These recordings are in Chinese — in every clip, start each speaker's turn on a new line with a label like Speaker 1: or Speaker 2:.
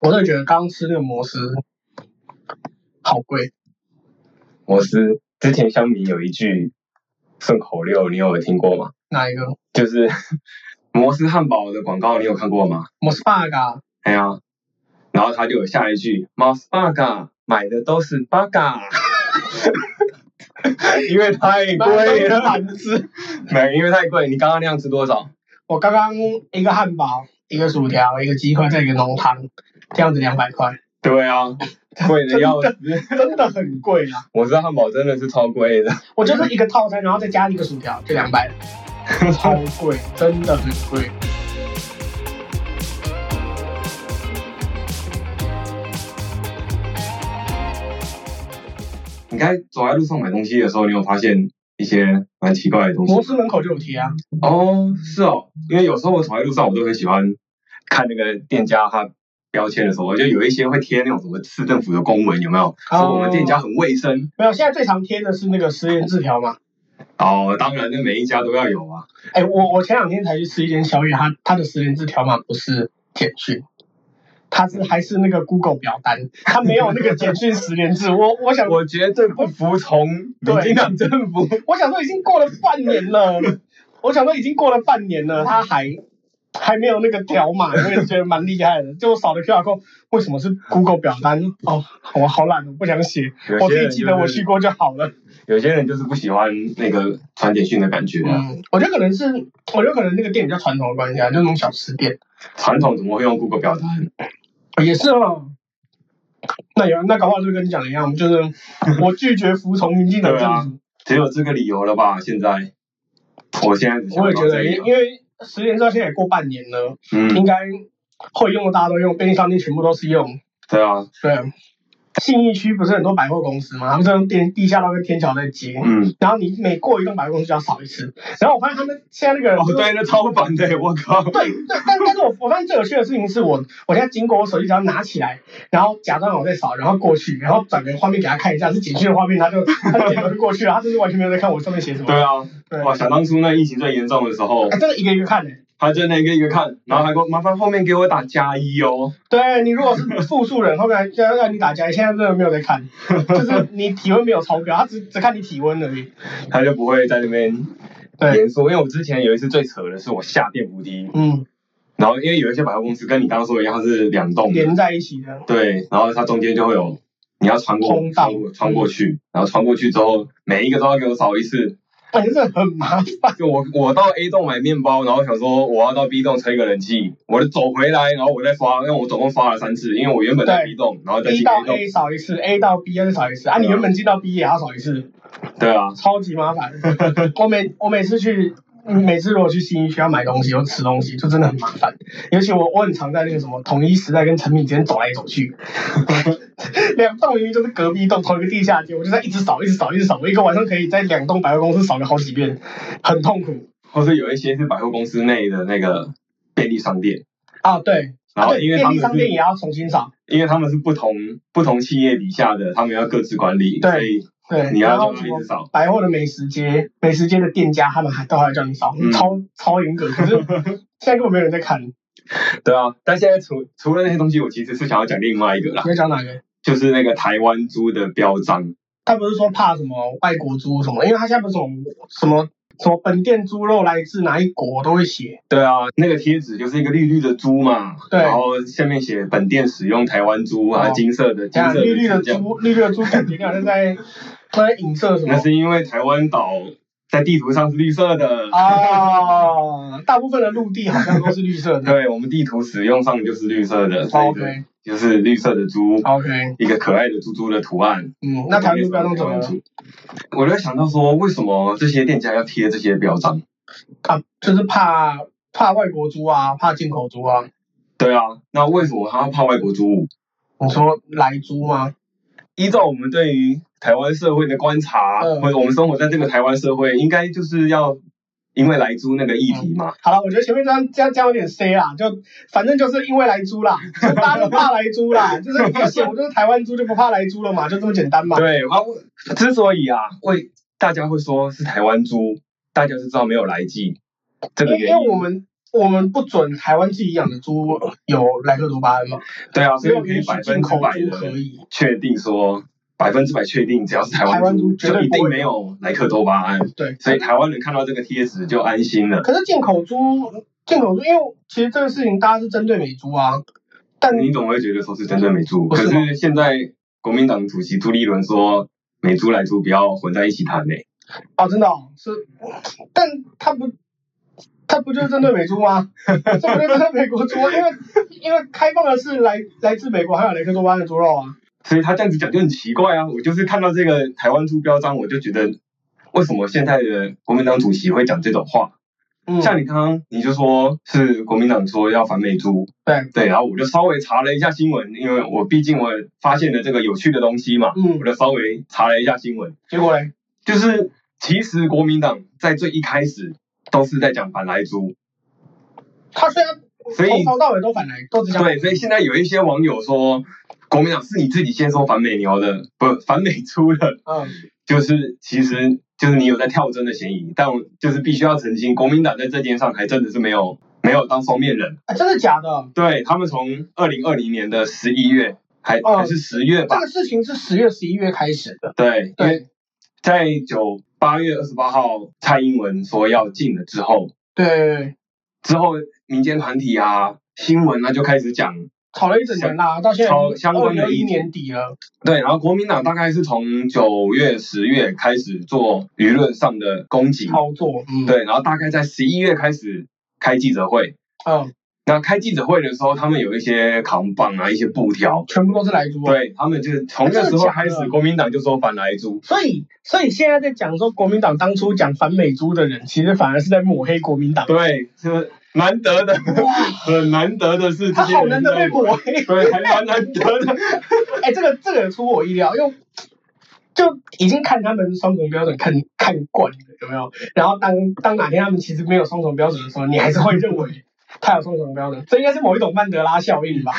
Speaker 1: 我真的觉得刚刚吃那个摩斯好贵，
Speaker 2: 摩斯之前乡民有一句顺口溜，你有听过吗？
Speaker 1: 哪一个？
Speaker 2: 就是 摩斯汉堡的广告，你有看过吗？
Speaker 1: 摩斯巴啊嘎，
Speaker 2: 哎呀，然后他就有下一句 m o s b u g a 买的都是 b u g a 因为太贵了，
Speaker 1: 盘子。
Speaker 2: 没，因为太贵。你刚刚那样吃多少？
Speaker 1: 我刚刚一个汉堡，一个薯条，一个鸡块，再一个浓汤，这样子两百块，
Speaker 2: 对啊，贵的要死。
Speaker 1: 真的很贵啊！
Speaker 2: 我知道汉堡真的是超贵的，
Speaker 1: 我就是一个套餐，然后再加一个薯条，就两 百，超贵，真的很贵。
Speaker 2: 你刚才走在路上买东西的时候，你有发现一些蛮奇怪的东西
Speaker 1: 摩斯门口就有贴啊，
Speaker 2: 哦，是哦，因为有时候我走在路上，我都很喜欢看那个店家他标签的时候，就有一些会贴那种什么市政府的公文，有没有？说我们店家很卫生。
Speaker 1: 没有？现在最常贴的是那个实验字条嘛。
Speaker 2: 哦，当然，那每一家都要有啊。
Speaker 1: 哎、我我前两天才去吃一间宵夜，它它的实联制条码不是简讯，它是还是那个 Google 表单，它没有那个简讯实联制。我我想我
Speaker 2: 我绝对不服 从民进党政府。
Speaker 1: 想说已经过了半年了，我想说已经过了半年了，它还还没有那个条码，我也觉得蛮厉害的。就我扫的 QR code，为什么是 Google 表单？哦，我好懒，我不想写，我自己记得我去过就好了。
Speaker 2: 有些人就是不喜欢那个传简讯的感觉啊。
Speaker 1: 嗯，我觉得可能是，我觉得可能那个店比较传统的关系啊，就那种小吃店。
Speaker 2: 传统怎么会用 Google 表单？
Speaker 1: 也是哦。那有那搞不好就跟你讲的一样，就是我拒绝服从民进党政
Speaker 2: 只有这个理由了吧？现在，我现在只
Speaker 1: 府。
Speaker 2: 啊想
Speaker 1: 我也
Speaker 2: 到
Speaker 1: 觉
Speaker 2: 这
Speaker 1: 得，
Speaker 2: 里
Speaker 1: 因因为十年之后现在也过半年了，应
Speaker 2: 嗯，
Speaker 1: 该会用的大家都用，便利商店全部都是用。
Speaker 2: 对啊，
Speaker 1: 对，信义区不是很多百货公司嘛，他们是用地地下道跟天桥在接。
Speaker 2: 嗯，
Speaker 1: 然后你每过一栋百货公司就要扫一次，然后我发现他们现在那个
Speaker 2: 哦，对，那超烦的，我靠。
Speaker 1: 对对，但但是我我发现最有趣的事情是我，我现在经过我手机只要拿起来，然后假装我在扫，然后过去，然后转个画面给他看一下是简讯的画面，他就他就点头就过去了，他真是完全没有在看我上面写什么。
Speaker 2: 对啊，
Speaker 1: 对，
Speaker 2: 哇，想当初那疫情最严重的 时候，
Speaker 1: 啊真的一个一个看的、
Speaker 2: 他真的一个一个看，然后还给我麻烦后面给我打加一哦。
Speaker 1: 对你如果是复数人，后面还要让你打加，现在真的没有在看，就是你体温没有超标，他只只看你体温而已。
Speaker 2: 他就不会在那边
Speaker 1: 对，
Speaker 2: 严肃。因为我之前有一次最扯的是我下电扶梯，
Speaker 1: 嗯，
Speaker 2: 然后因为有一些百货公司跟你刚刚说的一样，它是两栋的，
Speaker 1: 连在一起的，
Speaker 2: 对，然后它中间就会有你要穿过
Speaker 1: 通道
Speaker 2: 穿过穿过去，然后穿过去之后，每一个都要给我扫一次。
Speaker 1: 反正是很麻烦。
Speaker 2: 就我我到 A 栋买面包，然后想说我要到 B 栋吹个冷气，我就走回来，然后我再刷，因为我总共刷了三次，因为我原本在
Speaker 1: 对
Speaker 2: B 栋，然后再
Speaker 1: B
Speaker 2: 进
Speaker 1: 到
Speaker 2: A 栋，
Speaker 1: A 扫一次，A 到 B 再扫一次啊！你原本进到 B 也要扫一次，
Speaker 2: 对啊，
Speaker 1: 超级麻烦。我每我每次去，每次如果去新一区要买东西或吃东西，就真的很麻烦。尤其我我很常在那个什么统一时代跟成品之间走来走去，两栋明明就是隔壁栋同一个地下街，我就在一直扫一直扫一直扫，我一个晚上可以在两栋百货公司扫个好几遍，很痛苦
Speaker 2: 或者有一些是百货公司内的那个便利商店，
Speaker 1: 啊。对，啊
Speaker 2: 然后
Speaker 1: 对，
Speaker 2: 因为
Speaker 1: 便
Speaker 2: 他
Speaker 1: 利商
Speaker 2: 们
Speaker 1: 店
Speaker 2: 是
Speaker 1: 也要重新扫，
Speaker 2: 因为他们是不同不同企业底下的，他们要各自管理，
Speaker 1: 对
Speaker 2: 所以
Speaker 1: 对，
Speaker 2: 你
Speaker 1: 然
Speaker 2: 要
Speaker 1: 后
Speaker 2: 就
Speaker 1: 什
Speaker 2: 一
Speaker 1: 么
Speaker 2: 直扫。
Speaker 1: 百货的美食街，美食街的店家他们还都还要叫你扫，
Speaker 2: 嗯
Speaker 1: 超超严格。可是现在根本没有人在看，你
Speaker 2: 对啊，但现在除除了那些东西，我其实是想要讲另外一个啦，
Speaker 1: 在讲哪个？
Speaker 2: 就是那个台湾猪的标章。
Speaker 1: 他不是说怕什么外国猪什么，因为他现在不是什么什么什么本店猪肉来自哪一国都会写，
Speaker 2: 对啊，那个贴纸就是一个绿绿的猪嘛，
Speaker 1: 对
Speaker 2: 然后下面写本店使用台湾猪啊，
Speaker 1: 哦
Speaker 2: 金色的金
Speaker 1: 讲
Speaker 2: 色的
Speaker 1: 绿绿的
Speaker 2: 字这样，
Speaker 1: 猪，绿绿的猪感觉你好像在他在影射什么
Speaker 2: 那是因为台湾岛在地图上是绿色的，
Speaker 1: 啊？大部分的陆地好像都是绿色的。
Speaker 2: 对我们地图使用上就是绿色的，所以
Speaker 1: OK
Speaker 2: 就是绿色的猪，
Speaker 1: OK，
Speaker 2: 一个可爱的猪猪的图案。
Speaker 1: 嗯，那台湾就不要弄怎么了
Speaker 2: 猪？我就想到说，为什么这些店家要贴这些标章？
Speaker 1: 啊？就是怕怕外国猪啊，怕进口猪啊。
Speaker 2: 对啊，那为什么他要怕外国猪？
Speaker 1: 你说来猪吗？
Speaker 2: 依照我们对于台湾社会的观察，
Speaker 1: 嗯
Speaker 2: 或者我们生活在这个台湾社会，应该就是要因为来租那个议题嘛，
Speaker 1: 好了，我觉得前面这样这样这样有点 C 啦，就反正就是因为来猪啦， 就大家都怕来猪啦，就是你就写我就是台湾猪就不怕来猪了嘛，就这么简单嘛。
Speaker 2: 对啊，我之所以啊会大家会说是台湾猪，大家是知道没有来记这
Speaker 1: 因
Speaker 2: 个
Speaker 1: 为因
Speaker 2: 原
Speaker 1: 为我
Speaker 2: 因，
Speaker 1: 们我们不准台湾自己养的猪有莱克多巴胺嘛，
Speaker 2: 对啊，
Speaker 1: 只
Speaker 2: 所以
Speaker 1: 有
Speaker 2: 可以
Speaker 1: 允
Speaker 2: 百
Speaker 1: 许进
Speaker 2: 分之
Speaker 1: 口
Speaker 2: 百
Speaker 1: 猪可
Speaker 2: 的
Speaker 1: 以。
Speaker 2: 确定说，百分之百确定，只要是台
Speaker 1: 台
Speaker 2: 湾
Speaker 1: 湾
Speaker 2: 猪，
Speaker 1: 猪绝
Speaker 2: 就
Speaker 1: 对
Speaker 2: 一
Speaker 1: 不会
Speaker 2: 定没有莱克多巴胺。
Speaker 1: 对，
Speaker 2: 所以台湾人看到这个贴纸就安心了。
Speaker 1: 可是进口猪，进口猪，因为其实这个事情大家是针对美猪啊，但
Speaker 2: 你总会觉得说是针对美猪，
Speaker 1: 不
Speaker 2: 可
Speaker 1: 是吗
Speaker 2: 是现在国民党主席朱立伦说，美猪来猪不要混在一起谈呢、
Speaker 1: 哦，真的、哦、是，但他不，他不就是针对美猪吗？ 这不就是针对美国猪吗？因为因为开放的是来来自美国还有雷克多巴胺的猪肉啊，
Speaker 2: 所以他这样子讲就很奇怪啊！我就是看到这个台湾猪标章，我就觉得为什么现在的国民党主席会讲这种话？
Speaker 1: 嗯，
Speaker 2: 像你刚刚你就说是国民党说要反美猪，
Speaker 1: 对，
Speaker 2: 对，然后我就稍微查了一下新闻，因为我毕竟我发现了这个有趣的东西嘛，
Speaker 1: 嗯
Speaker 2: 我，就稍微查了一下新闻，
Speaker 1: 结果嘞，
Speaker 2: 就是其实国民党在最一开始都是在讲反莱猪，
Speaker 1: 他虽然
Speaker 2: 所以
Speaker 1: 从头到尾都反来，都只想
Speaker 2: 对，所以现在有一些网友说，国民党是你自己先说反美牛的，不反美猪的，
Speaker 1: 嗯，
Speaker 2: 就是其实就是你有在跳针的嫌疑，但我就是必须要澄清，国民党在这件上还真的是没有没有当双面人，
Speaker 1: 啊真的假的？
Speaker 2: 对他们从二零二零年的十一月还、
Speaker 1: 哦
Speaker 2: 还是十月吧
Speaker 1: 这，个事情是十月、十一月开始的，
Speaker 2: 对，因为
Speaker 1: 对
Speaker 2: 在九八月二十八号蔡英文说要禁了之后，
Speaker 1: 对，
Speaker 2: 之后民间团体啊新闻啊就开始讲
Speaker 1: 吵了一整年啦，到现在
Speaker 2: 吵相关的
Speaker 1: 一
Speaker 2: 议题
Speaker 1: 年底了，
Speaker 2: 对，然后国民党大概是从九月、十月开始做舆论上的攻击，
Speaker 1: 操作，嗯，，
Speaker 2: 对，然后大概在十一月开始开记者会。
Speaker 1: 嗯，
Speaker 2: 那开记者会的时候，他们有一些扛棒啊，一些布条，
Speaker 1: 全部都是来猪，。啊
Speaker 2: 对他们就是从那时候开
Speaker 1: 真的假
Speaker 2: 始，
Speaker 1: 的
Speaker 2: 国民党就说反来猪，
Speaker 1: 所以，所以现在在讲说国民党当初讲反美猪的人，其实反而是在抹黑国民党。
Speaker 2: 对，就是难得的， 很难得的是这
Speaker 1: 他
Speaker 2: 些
Speaker 1: 好
Speaker 2: 人
Speaker 1: 难得被抹黑，
Speaker 2: 对，还蛮难得的，
Speaker 1: 哎、这个这个出乎我意料，因为就已经看他们双重标准看看惯了，有没有？然后当当哪天他们其实没有双重标准的时候，你还是会认为他有双重标准，这应该是某一种曼德拉效 应吧？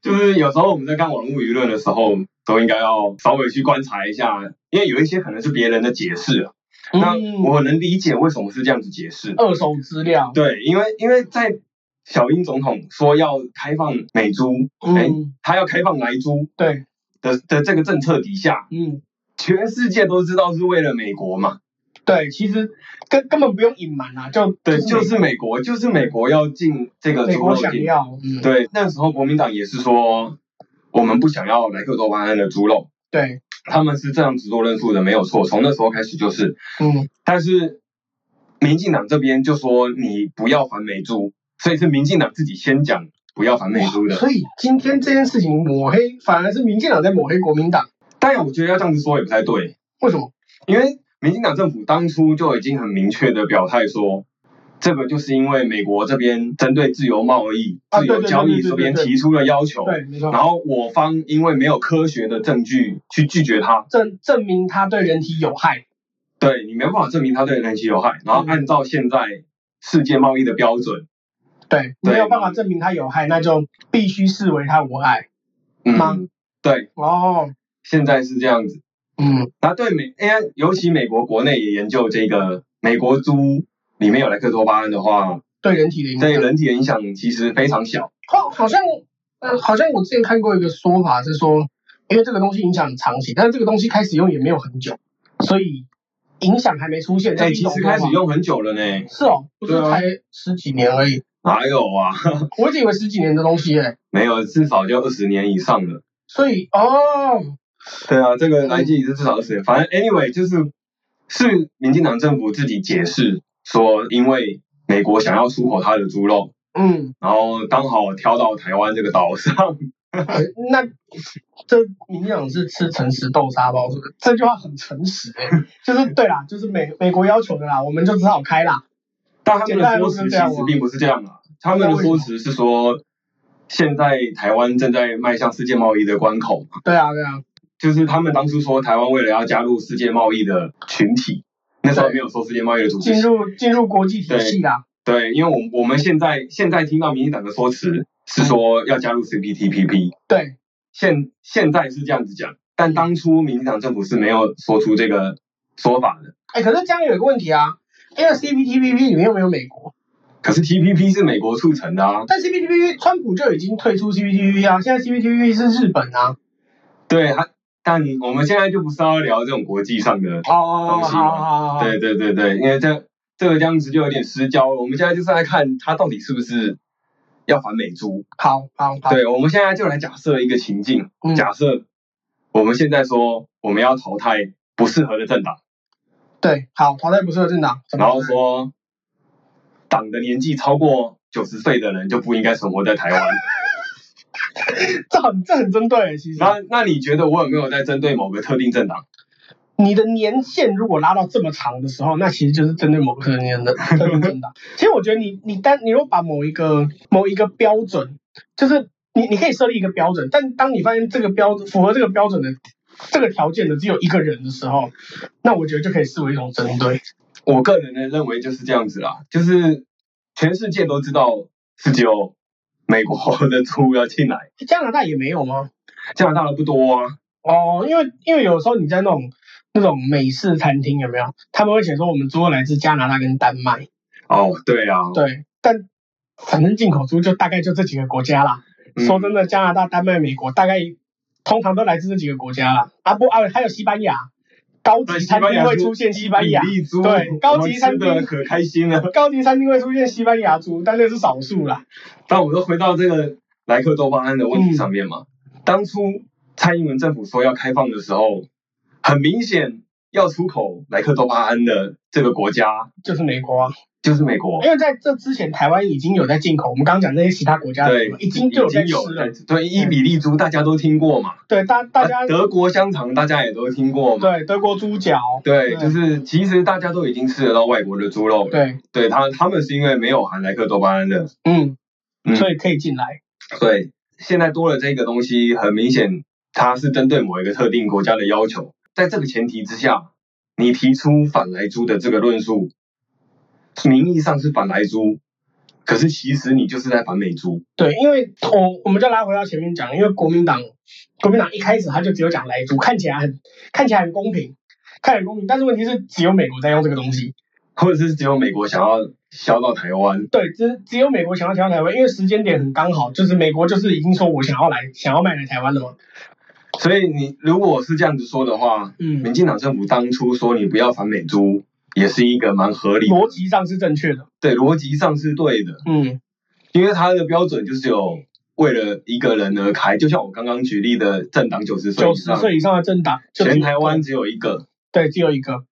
Speaker 2: 就是有时候我们在看网络舆论的时候，都应该要稍微去观察一下，因为有一些可能是别人的解释啊那
Speaker 1: 嗯，
Speaker 2: 我能理解为什么是这样子解释。
Speaker 1: 二手资料，
Speaker 2: 对，因为因为在小英总统说要开放美猪，哎、
Speaker 1: 嗯，
Speaker 2: 他要开放莱猪
Speaker 1: 对，
Speaker 2: 的的这个政策底下，
Speaker 1: 嗯，
Speaker 2: 全世界都知道是为了美国嘛。
Speaker 1: 对，其实根根本不用隐瞒啊，就
Speaker 2: 对，
Speaker 1: 就
Speaker 2: 就是是美国，就是美国要进这个
Speaker 1: 美
Speaker 2: 猪
Speaker 1: 国
Speaker 2: 肉
Speaker 1: 想
Speaker 2: 进。
Speaker 1: 要，嗯，
Speaker 2: 对，那时候国民党也是说，我们不想要莱克多巴胺的猪肉，
Speaker 1: 对，
Speaker 2: 他们是这样子做论述的，没有错。从那时候开始就是，
Speaker 1: 嗯，
Speaker 2: 但是民进党这边就说你不要反美猪，所以是民进党自己先讲不要反美猪的。
Speaker 1: 所以今天这件事情抹黑，反而是民进党在抹黑国民党，
Speaker 2: 当然，我觉得要这样子说也不太对，
Speaker 1: 为什么？
Speaker 2: 因为民进党政府当初就已经很明确的表态说，这个就是因为美国这边针对自由贸易、
Speaker 1: 啊
Speaker 2: 自由交易这边
Speaker 1: 对对对对对对
Speaker 2: 提出了要求，
Speaker 1: 对，没错
Speaker 2: 然。后我方因为没有科学的证据去拒绝它，
Speaker 1: 证证明它对人体有害，
Speaker 2: 对你没办法证明它对人体有害，然后按照现在世界贸易的标准。
Speaker 1: 对，
Speaker 2: 对
Speaker 1: 没有办法证明它有害，那就必须视为它无害。吗
Speaker 2: 嗯，对，
Speaker 1: 哦，
Speaker 2: 现在是这样子。
Speaker 1: 嗯，
Speaker 2: 啊，对美，哎，尤其美国国内也研究这个美国猪里面有莱克多巴胺的话，
Speaker 1: 对人体的影响
Speaker 2: 对。人体的影响其实非常小。
Speaker 1: 好，好像呃，好像我之前看过一个说法是说，因为这个东西影响很长期，但是这个东西开始用也没有很久，所以影响还没出现。
Speaker 2: 哎，
Speaker 1: 这是一
Speaker 2: 其
Speaker 1: 种
Speaker 2: 实开始
Speaker 1: 说法。
Speaker 2: 用很久了呢。
Speaker 1: 是哦，不是
Speaker 2: 对啊
Speaker 1: 才十几年而已，
Speaker 2: 哪有啊？
Speaker 1: 我一直以为十几年的东西耶、
Speaker 2: 没有，至少就二十年以上了。
Speaker 1: 所以哦，
Speaker 2: 对啊，这个来记是至少二十年。反正 anyway 就是是民进党政府自己解释说，因为美国想要出口它的猪肉，
Speaker 1: 嗯，
Speaker 2: 然后刚好挑到台湾这个岛上。
Speaker 1: 呃那这民进党是吃诚实豆沙包，这个这句话很诚实哎、就是对啦，就是美美国要求的啦，我们就只好开啦。
Speaker 2: 但他们的说辞其实并不是这样啊，他们的说辞是说，现在台湾正在迈向世界贸易的关口嘛，
Speaker 1: 对啊，对啊，
Speaker 2: 就是他们当初说台湾为了要加入世界贸易的群体，那时候没有说世界贸易的组织
Speaker 1: 进，入进入国际体系啦。
Speaker 2: 对，因为我们我们现在现在听到民进党的说辞是说要加入 CPTPP，
Speaker 1: 对，
Speaker 2: 现现在是这样子讲，但当初民进党政府是没有说出这个说法的，
Speaker 1: 哎，可是这样有一个问题啊，因为 CPTPP 里面又没有美国，
Speaker 2: 可是 TPP 是美国促成的啊，
Speaker 1: 但 CPTPP 川普就已经退出 CPTPP 啊，现在 CPTPP 是日本啊。
Speaker 2: 对，它但我们现在就不是要聊这种国际上的，
Speaker 1: 哦哦
Speaker 2: 东西嘛
Speaker 1: 哦，
Speaker 2: 对对对对，因为这这个这样子就有点失焦了。我们现在就是来看它到底是不是要反美猪。
Speaker 1: 好好好，
Speaker 2: 对，我们现在就来假设一个情境，
Speaker 1: 嗯
Speaker 2: 假设我们现在说我们要淘汰不适合的政党，
Speaker 1: 对，好，淘汰不适合政党，怎么
Speaker 2: 然后
Speaker 1: 办
Speaker 2: 说党的年纪超过九十岁的人就不应该生活在台湾。
Speaker 1: 这很这很针对，欸其实
Speaker 2: 那那你觉得我有没有在针对某个特定政党？
Speaker 1: 你的年限如果拉到这么长的时候，那其实就是针对某个年的特定政党。其实我觉得你你单你如果把某一个某一个标准，就是你你可以设立一个标准，但当你发现这个标符合这个标准的这个条件的只有一个人的时候，那我觉得就可以视为一种针对。
Speaker 2: 我个人的认为就是这样子啦，就是全世界都知道是只有美国 的猪要进来，
Speaker 1: 加拿大也没有吗？
Speaker 2: 加拿大的不多啊。
Speaker 1: 哦，因为因为有时候你在那种那种美式餐厅有没有？他们会写说我们猪肉来自加拿大跟丹麦，
Speaker 2: 哦，对啊，
Speaker 1: 对，但反正进口猪就大概就这几个国家啦。
Speaker 2: 嗯
Speaker 1: 说真的，加拿大、丹麦、美国大概通常都来自这几个国家啦。啊不啊，还有西班牙，高
Speaker 2: 对，
Speaker 1: 级餐厅会出现西班牙
Speaker 2: 比，利猪，
Speaker 1: 对高级餐
Speaker 2: 我们
Speaker 1: 厅
Speaker 2: 吃的可开心啊了。
Speaker 1: 高级餐厅会出现西班牙猪，但那是少数啦。
Speaker 2: 但我们都回到这个莱克多巴胺的问
Speaker 1: 嗯
Speaker 2: 题上面嘛。当初蔡英文政府说要开放的时候，很明显要出口莱克多巴胺的这个国家
Speaker 1: 就是美国、啊，
Speaker 2: 就是美国。
Speaker 1: 因为在这之前，台湾已经有在进口。我们刚刚讲那些其他国家的
Speaker 2: 对
Speaker 1: 什么，，已经就
Speaker 2: 已
Speaker 1: 有在
Speaker 2: 经
Speaker 1: 吃
Speaker 2: 有
Speaker 1: 了。嗯
Speaker 2: 对伊比利猪大家都听过嘛，
Speaker 1: 对，大大家
Speaker 2: 啊德国香肠大家也都听过嘛，
Speaker 1: 对德国猪脚，
Speaker 2: 对，
Speaker 1: 对
Speaker 2: 就是其实大家都已经吃得到外国的猪肉了，
Speaker 1: 对，
Speaker 2: 对他他们是因为没有含莱克多巴胺的，
Speaker 1: 嗯，
Speaker 2: 嗯
Speaker 1: 所以可以进来。
Speaker 2: 对，现在多了这个东西，很明显它是针对某一个特定国家的要求。在这个前提之下，你提出反来猪的这个论述，名义上是反来猪，可是其实你就是在反美猪。
Speaker 1: 对，因为我我们就拉回到前面讲，因为国民党国民党一开始他就只有讲莱猪，看起来很看起来很公平，看起来很公平，但是问题是只有美国在用这个东西，
Speaker 2: 或者是只有美国想要销到台湾，
Speaker 1: 对，只只有美国想要调台湾，因为时间点很刚好，就是美国就是已经说我想要来想要卖来台湾了嘛，
Speaker 2: 所以你如果是这样子说的话，民
Speaker 1: 嗯，
Speaker 2: 进党政府当初说你不要反美猪，也是一个蛮合理的，
Speaker 1: 逻辑上是正确的，
Speaker 2: 对逻辑上是对的，
Speaker 1: 嗯
Speaker 2: 因为它的标准就是有为了一个人而开，就像我刚刚举例的政党九十岁
Speaker 1: 九
Speaker 2: 以
Speaker 1: 十
Speaker 2: 上，
Speaker 1: 岁以上的政党，就只有
Speaker 2: 全
Speaker 1: 一个
Speaker 2: 台湾只有一个。
Speaker 1: 对只有一个，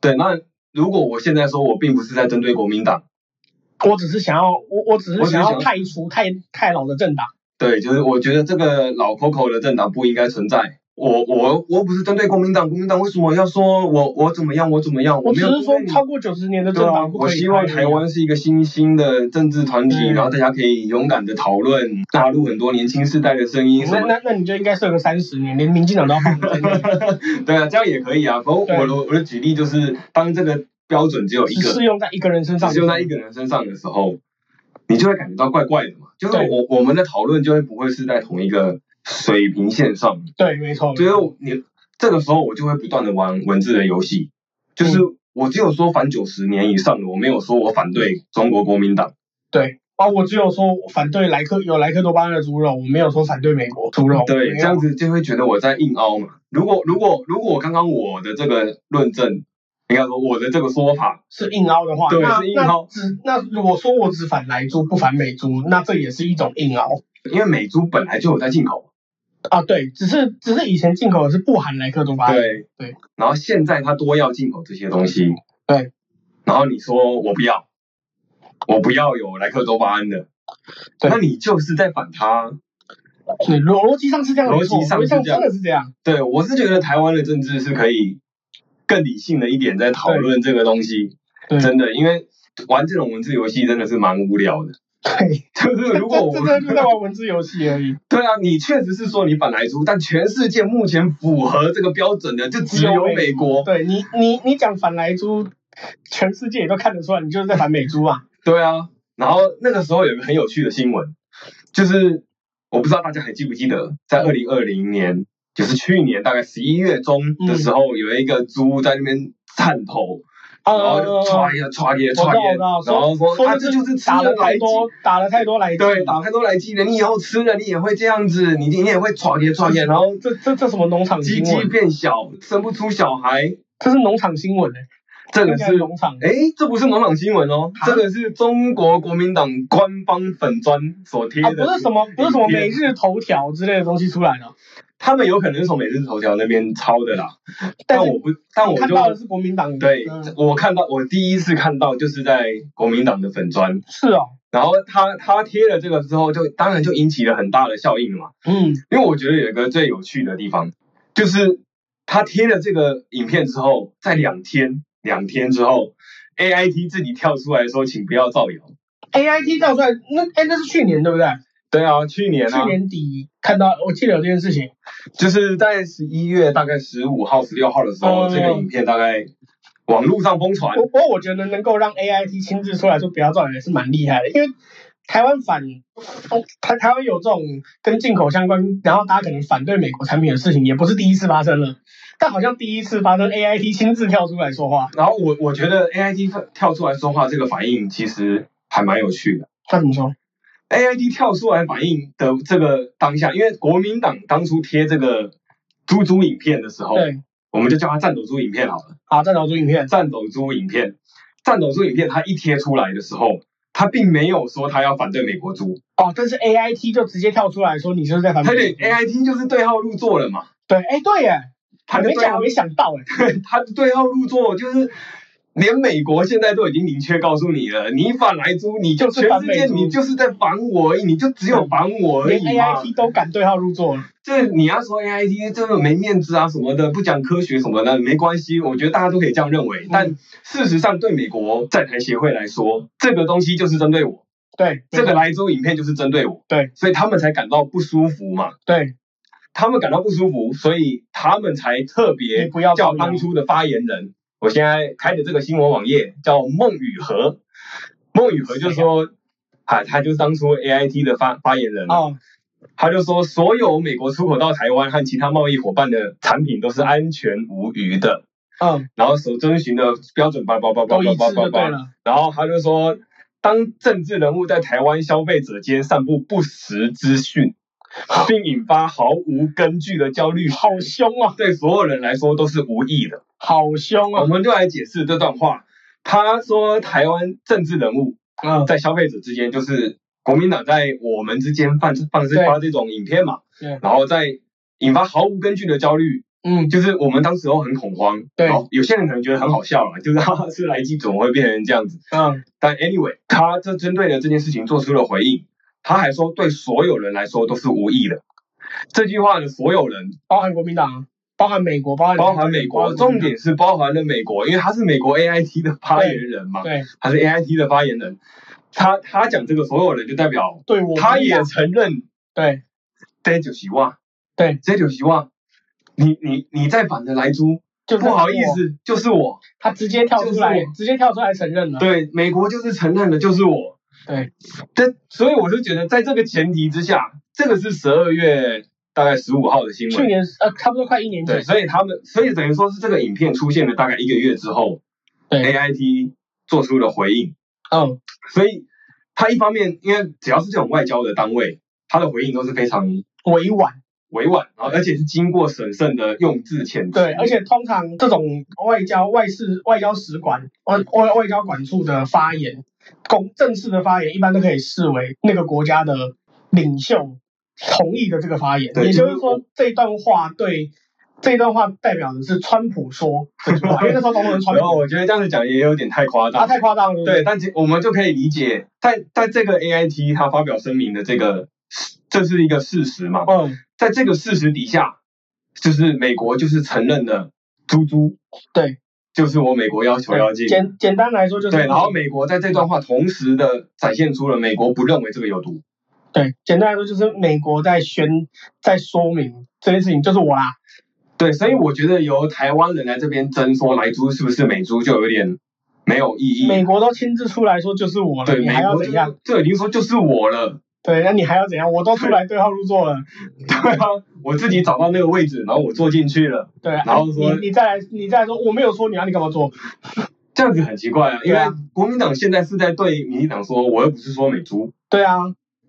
Speaker 2: 对，那如果我现在说我并不是在针对国民党，
Speaker 1: 我只是想要我我只
Speaker 2: 我
Speaker 1: 是
Speaker 2: 只是
Speaker 1: 想要
Speaker 2: 想
Speaker 1: 太除太太老的政党，
Speaker 2: 对，就是我觉得这个老 Coco 的政党不应该存在。我我我不是针对国民党，国民党为什么要说我我怎么样我怎么样？
Speaker 1: 我
Speaker 2: 没
Speaker 1: 只
Speaker 2: 有
Speaker 1: 是
Speaker 2: 针对
Speaker 1: 说
Speaker 2: 你
Speaker 1: 超过九十年的政
Speaker 2: 对啊，
Speaker 1: 党不可以
Speaker 2: 我希望
Speaker 1: 开
Speaker 2: 台湾是一个新兴的政治团体，
Speaker 1: 嗯
Speaker 2: 然后大家可以勇敢的讨论大陆很多年轻世代的声音什
Speaker 1: 那
Speaker 2: 么
Speaker 1: 那那你就应该设个三十年，连民进党都要放你在内
Speaker 2: 对啊，这样也可以啊。不过
Speaker 1: 对
Speaker 2: 我的我的举例就是，当这个标准只有 一
Speaker 1: 只
Speaker 2: 个，
Speaker 1: 适用在一个人身上，
Speaker 2: 只用在一个人身上的时候，你就会感觉到怪怪的嘛。就是
Speaker 1: 对
Speaker 2: 我我们的讨论就会不会是在同一个水平线上。
Speaker 1: 对，没错，
Speaker 2: 所以我你这个时候我就会不断的玩文字的游戏，就是
Speaker 1: 嗯
Speaker 2: 我只有说反九十年以上的，我没有说我反对中国国民党。
Speaker 1: 对。啊，我只有说反对莱克有莱克多巴胺的猪肉，我没有说反对美国猪肉。
Speaker 2: 对，
Speaker 1: 没有
Speaker 2: 这样子就会觉得我在硬凹嘛。如果如果如果我刚刚我的这个论证，应该说我的这个说法
Speaker 1: 是硬凹的话，
Speaker 2: 对
Speaker 1: 那
Speaker 2: 是硬
Speaker 1: 那
Speaker 2: 凹
Speaker 1: 只那如果说我只反莱猪不反美猪，那这也是一种硬凹
Speaker 2: 因为美猪本来就有在进口，
Speaker 1: 啊。对，只是只是以前进口的是不含莱克多巴胺。
Speaker 2: 对
Speaker 1: 对，
Speaker 2: 然后现在它多要进口这些东西，
Speaker 1: 对，
Speaker 2: 然后你说我不要，我不要有莱克多巴胺的，
Speaker 1: 对
Speaker 2: 那你就是在反它。
Speaker 1: 对，逻辑上是这样，
Speaker 2: 逻辑
Speaker 1: 没错
Speaker 2: 上
Speaker 1: 逻
Speaker 2: 是
Speaker 1: 辑上
Speaker 2: 这样
Speaker 1: 真的是这样。
Speaker 2: 对我是觉得台湾的政治是可以更理性的一点在讨论这个东西，
Speaker 1: 对
Speaker 2: 真的，因为玩这种文字游戏真的是蛮无聊的。
Speaker 1: 对，
Speaker 2: 就是如果我
Speaker 1: 这这这就在玩文字游戏而已。
Speaker 2: 对啊，你确实是说你反来猪，但全世界目前符合这个标准的就只有美国。
Speaker 1: 对啊你，你你讲反莱猪，全世界也都看得出来，你就是在反美猪啊。
Speaker 2: 对啊，然后那个时候有一个很有趣的新闻，就是我不知道大家还记不记得，在
Speaker 1: 嗯
Speaker 2: 二零二零年，就是去年大概十一月中的时候，有一个猪在那边颤抖，
Speaker 1: 啊，
Speaker 2: 然后就
Speaker 1: 我
Speaker 2: 歘一下，歘一下，
Speaker 1: 知道，
Speaker 2: 歘一下，
Speaker 1: 哦我知
Speaker 2: 然
Speaker 1: 道，说
Speaker 2: 后说
Speaker 1: 说
Speaker 2: 啊，这就是吃
Speaker 1: 打
Speaker 2: 了
Speaker 1: 了
Speaker 2: 来
Speaker 1: 太
Speaker 2: 鸡，
Speaker 1: 多，打了太多来劲
Speaker 2: 对，打开都来鸡了，你以后吃了你也会这样子，你你也会歘一下，歘一下，然后
Speaker 1: 这这这什么农场
Speaker 2: 鸡
Speaker 1: 新
Speaker 2: 鸡
Speaker 1: 闻？
Speaker 2: 变小，生不出小孩，
Speaker 1: 这是农场新闻嘞，
Speaker 2: 这个
Speaker 1: 应该
Speaker 2: 是。
Speaker 1: 农场。
Speaker 2: 哎，这不是农场新闻哦，
Speaker 1: 啊
Speaker 2: 这个是中国国民党官方粉砖所贴
Speaker 1: 啊，
Speaker 2: 的，
Speaker 1: 不是什么，不是什么每日头条之类的东西出来了，
Speaker 2: 他们有可能是从每日头条那边抄的啦，
Speaker 1: 但
Speaker 2: 但
Speaker 1: 是
Speaker 2: 我不，但我
Speaker 1: 看
Speaker 2: 就
Speaker 1: 到的是国民党。
Speaker 2: 对
Speaker 1: 嗯，
Speaker 2: 我看到我第一次看到就是在国民党的粉砖，
Speaker 1: 是哦，
Speaker 2: 然后他他贴了这个之后就，当然就引起了很大的效应嘛。
Speaker 1: 嗯，
Speaker 2: 因为我觉得有一个最有趣的地方，就是他贴了这个影片之后，在两天两天之后，AIT 自己跳出来说，请不要造谣。
Speaker 1: A I T 跳出来，那哎，那是去年对不对？
Speaker 2: 对啊，去年啊
Speaker 1: 去，年底看到，我记得有这件事情。
Speaker 2: 就是在十一月大概十五号、十六号的时候，
Speaker 1: 嗯
Speaker 2: 这个影片大概网络上疯传
Speaker 1: 不。不过我觉得能够让 A I T 亲自出来说不要造谣也是蛮厉害的，因为台湾反台台湾有这种跟进口相关，然后大家可能反对美国产品的事情也不是第一次发生了，但好像第一次发生 A I T 亲自跳出来说话，
Speaker 2: 然后我我觉得 AIT 跳出来说话这个反应其实还蛮有趣的。
Speaker 1: 他怎么说？
Speaker 2: AID 跳出来反映的这个当下，因为国民党当初贴这个猪猪影片的时候，
Speaker 1: 对，
Speaker 2: 我们就叫它战斗猪影片好了。
Speaker 1: 好，再找出影片，
Speaker 2: 战斗猪影片，战斗猪影片，它一贴出来的时候，它并没有说它要反对美国猪，
Speaker 1: 哦，但是 A I T 就直接跳出来说你就是在反
Speaker 2: 它
Speaker 1: 对
Speaker 2: 对
Speaker 1: 美国
Speaker 2: AIT 就是对号入座了嘛，
Speaker 1: 对，哎，对耶，
Speaker 2: 它
Speaker 1: 我
Speaker 2: 就
Speaker 1: 没
Speaker 2: 对
Speaker 1: 讲，
Speaker 2: 号
Speaker 1: 我没想到哎，
Speaker 2: 它对号入座就是。连美国现在都已经明确告诉你了，你反来猪，你就
Speaker 1: 就是
Speaker 2: 全
Speaker 1: 反
Speaker 2: 世
Speaker 1: 美
Speaker 2: 界
Speaker 1: 猪
Speaker 2: 你就是在反我而已，你就只有反我而
Speaker 1: 连
Speaker 2: 已
Speaker 1: A
Speaker 2: 嘛
Speaker 1: I。T 都敢对号入座了，
Speaker 2: 这你要说 AIT 这个没面子啊什么的，不讲科学什么的，没关系，我觉得大家都可以这样认
Speaker 1: 嗯
Speaker 2: 为。但事实上，对美国在台协会来说，这个东西就是针对我，
Speaker 1: 对，
Speaker 2: 这个莱州影片就是针对我，
Speaker 1: 对，
Speaker 2: 所以他们才感到不舒服嘛。
Speaker 1: 对，
Speaker 2: 他们感到不舒服，所以他们才特
Speaker 1: 你
Speaker 2: 别
Speaker 1: 不要
Speaker 2: 叫
Speaker 1: 造谣
Speaker 2: 当初的发言人。我现在开的这个新闻网页叫孟雨禾，孟雨禾就说，啊，他就是当初 AIT 的发发言人啊
Speaker 1: 哎哦，
Speaker 2: 他就说，所有美国出口到台湾和其他贸易伙伴的产品都是安全无虞的，
Speaker 1: 嗯，
Speaker 2: 然后所遵循的标准叭叭叭叭
Speaker 1: 都一
Speaker 2: 叭
Speaker 1: 致
Speaker 2: 叭
Speaker 1: 就
Speaker 2: 叭
Speaker 1: 对
Speaker 2: 叭。
Speaker 1: 了，
Speaker 2: 然后他就说，当政治人物在台湾消费者间散布不实资讯，并引发毫无根据的焦虑时，
Speaker 1: 好凶哦，
Speaker 2: 对所有人来说都是无益的。
Speaker 1: 好凶
Speaker 2: 我
Speaker 1: 哦，
Speaker 2: 们就来解释这段话。他说，台湾政治人物
Speaker 1: 嗯，
Speaker 2: 在消费者之间，就是国民党在我们之间放放这
Speaker 1: 对
Speaker 2: 发这种影片嘛
Speaker 1: 对，
Speaker 2: 然后再引发毫无根据的焦虑，
Speaker 1: 嗯，
Speaker 2: 就是我们当时候很恐慌，
Speaker 1: 对
Speaker 2: 然后有些人可能觉得很好笑啦，就是 哈哈，是来记怎么会变成这样子？
Speaker 1: 嗯，
Speaker 2: 但 anyway，他这针对了这件事情做出了回应，他还说对所有人来说都是无益的。这句话的所有人，
Speaker 1: 包含国民党，包含美国，包含
Speaker 2: 包含美国，重点是包含了美国，因为他是美国 AIT 的发言人嘛，
Speaker 1: 对
Speaker 2: 他是 AIT 的发言人，他他讲这个所有人就代表
Speaker 1: 对，我
Speaker 2: 他
Speaker 1: 国民
Speaker 2: 也
Speaker 1: 党
Speaker 2: 承认
Speaker 1: 对
Speaker 2: 这九席万，
Speaker 1: 对，
Speaker 2: 这九席万，你你你在反着来租，
Speaker 1: 就是
Speaker 2: 不好意
Speaker 1: 我，
Speaker 2: 思，就是我，
Speaker 1: 他直接跳出来
Speaker 2: 就是我，
Speaker 1: 直接跳出来承认了，
Speaker 2: 对，美国就是承认的，就是我，
Speaker 1: 对，
Speaker 2: 这所以我就觉得在这个前提之下，这个是十二月大概十五号的新
Speaker 1: 去
Speaker 2: 闻，
Speaker 1: 年呃差不多快一年
Speaker 2: 对，
Speaker 1: 前，
Speaker 2: 所以他们，所以等于说是这个影片出现了大概一个月之后
Speaker 1: 对，
Speaker 2: ，AIT 做出了回应，
Speaker 1: 嗯，
Speaker 2: 所以他一方面，因为只要是这种外交的单位，他的回应都是非常
Speaker 1: 委婉，
Speaker 2: 委婉，然后而且是经过审慎的用字遣词。
Speaker 1: 对，而 且通常这种外交外事外交使馆外外外交管处的发言，公正式的发言，一般都可以视为那个国家的领袖同意的这个发言，
Speaker 2: 对
Speaker 1: 也
Speaker 2: 就
Speaker 1: 就是是说这段话对这段话代表的是川普 说这句话，因为那时候总统是川
Speaker 2: 然后
Speaker 1: 普，
Speaker 2: 我觉得这样子讲也有点太夸
Speaker 1: 他
Speaker 2: 张。
Speaker 1: 太夸张了，不
Speaker 2: 对，，但其我们就可以理解，在在这个 AIT 他发表声明的这个，这是一个事实嘛？
Speaker 1: 嗯，
Speaker 2: 在这个事实底下，就是美国就是承认了猪猪，
Speaker 1: 对，
Speaker 2: 就是我美国要求要进。
Speaker 1: 简简单来说就是
Speaker 2: 对，然后美国在这段话同时的展现出了美国不认为这个有毒，
Speaker 1: 对，简单来说就是美国在宣在说明这件事情就是我啦，
Speaker 2: 对，所以我觉得由台湾人来这边争说莱猪是不是美猪就有点没有意义。
Speaker 1: 美国都亲自出来说就是我了，
Speaker 2: 对，
Speaker 1: 你
Speaker 2: 美
Speaker 1: 还要
Speaker 2: 国
Speaker 1: 怎样？
Speaker 2: 就这已经说就是我了。
Speaker 1: 对，那你还要怎样？我都出来对号入座 了。
Speaker 2: 对啊，我自己找到那个位置，然后我坐进去了。
Speaker 1: 对，
Speaker 2: 然后说
Speaker 1: 你你再来，你再来说，我没有说你啊，你干嘛做？
Speaker 2: 这样子很奇怪啊，因
Speaker 1: 对
Speaker 2: 为
Speaker 1: 啊
Speaker 2: 国民党现在是在对民进党说，我又不是说美猪，
Speaker 1: 对啊，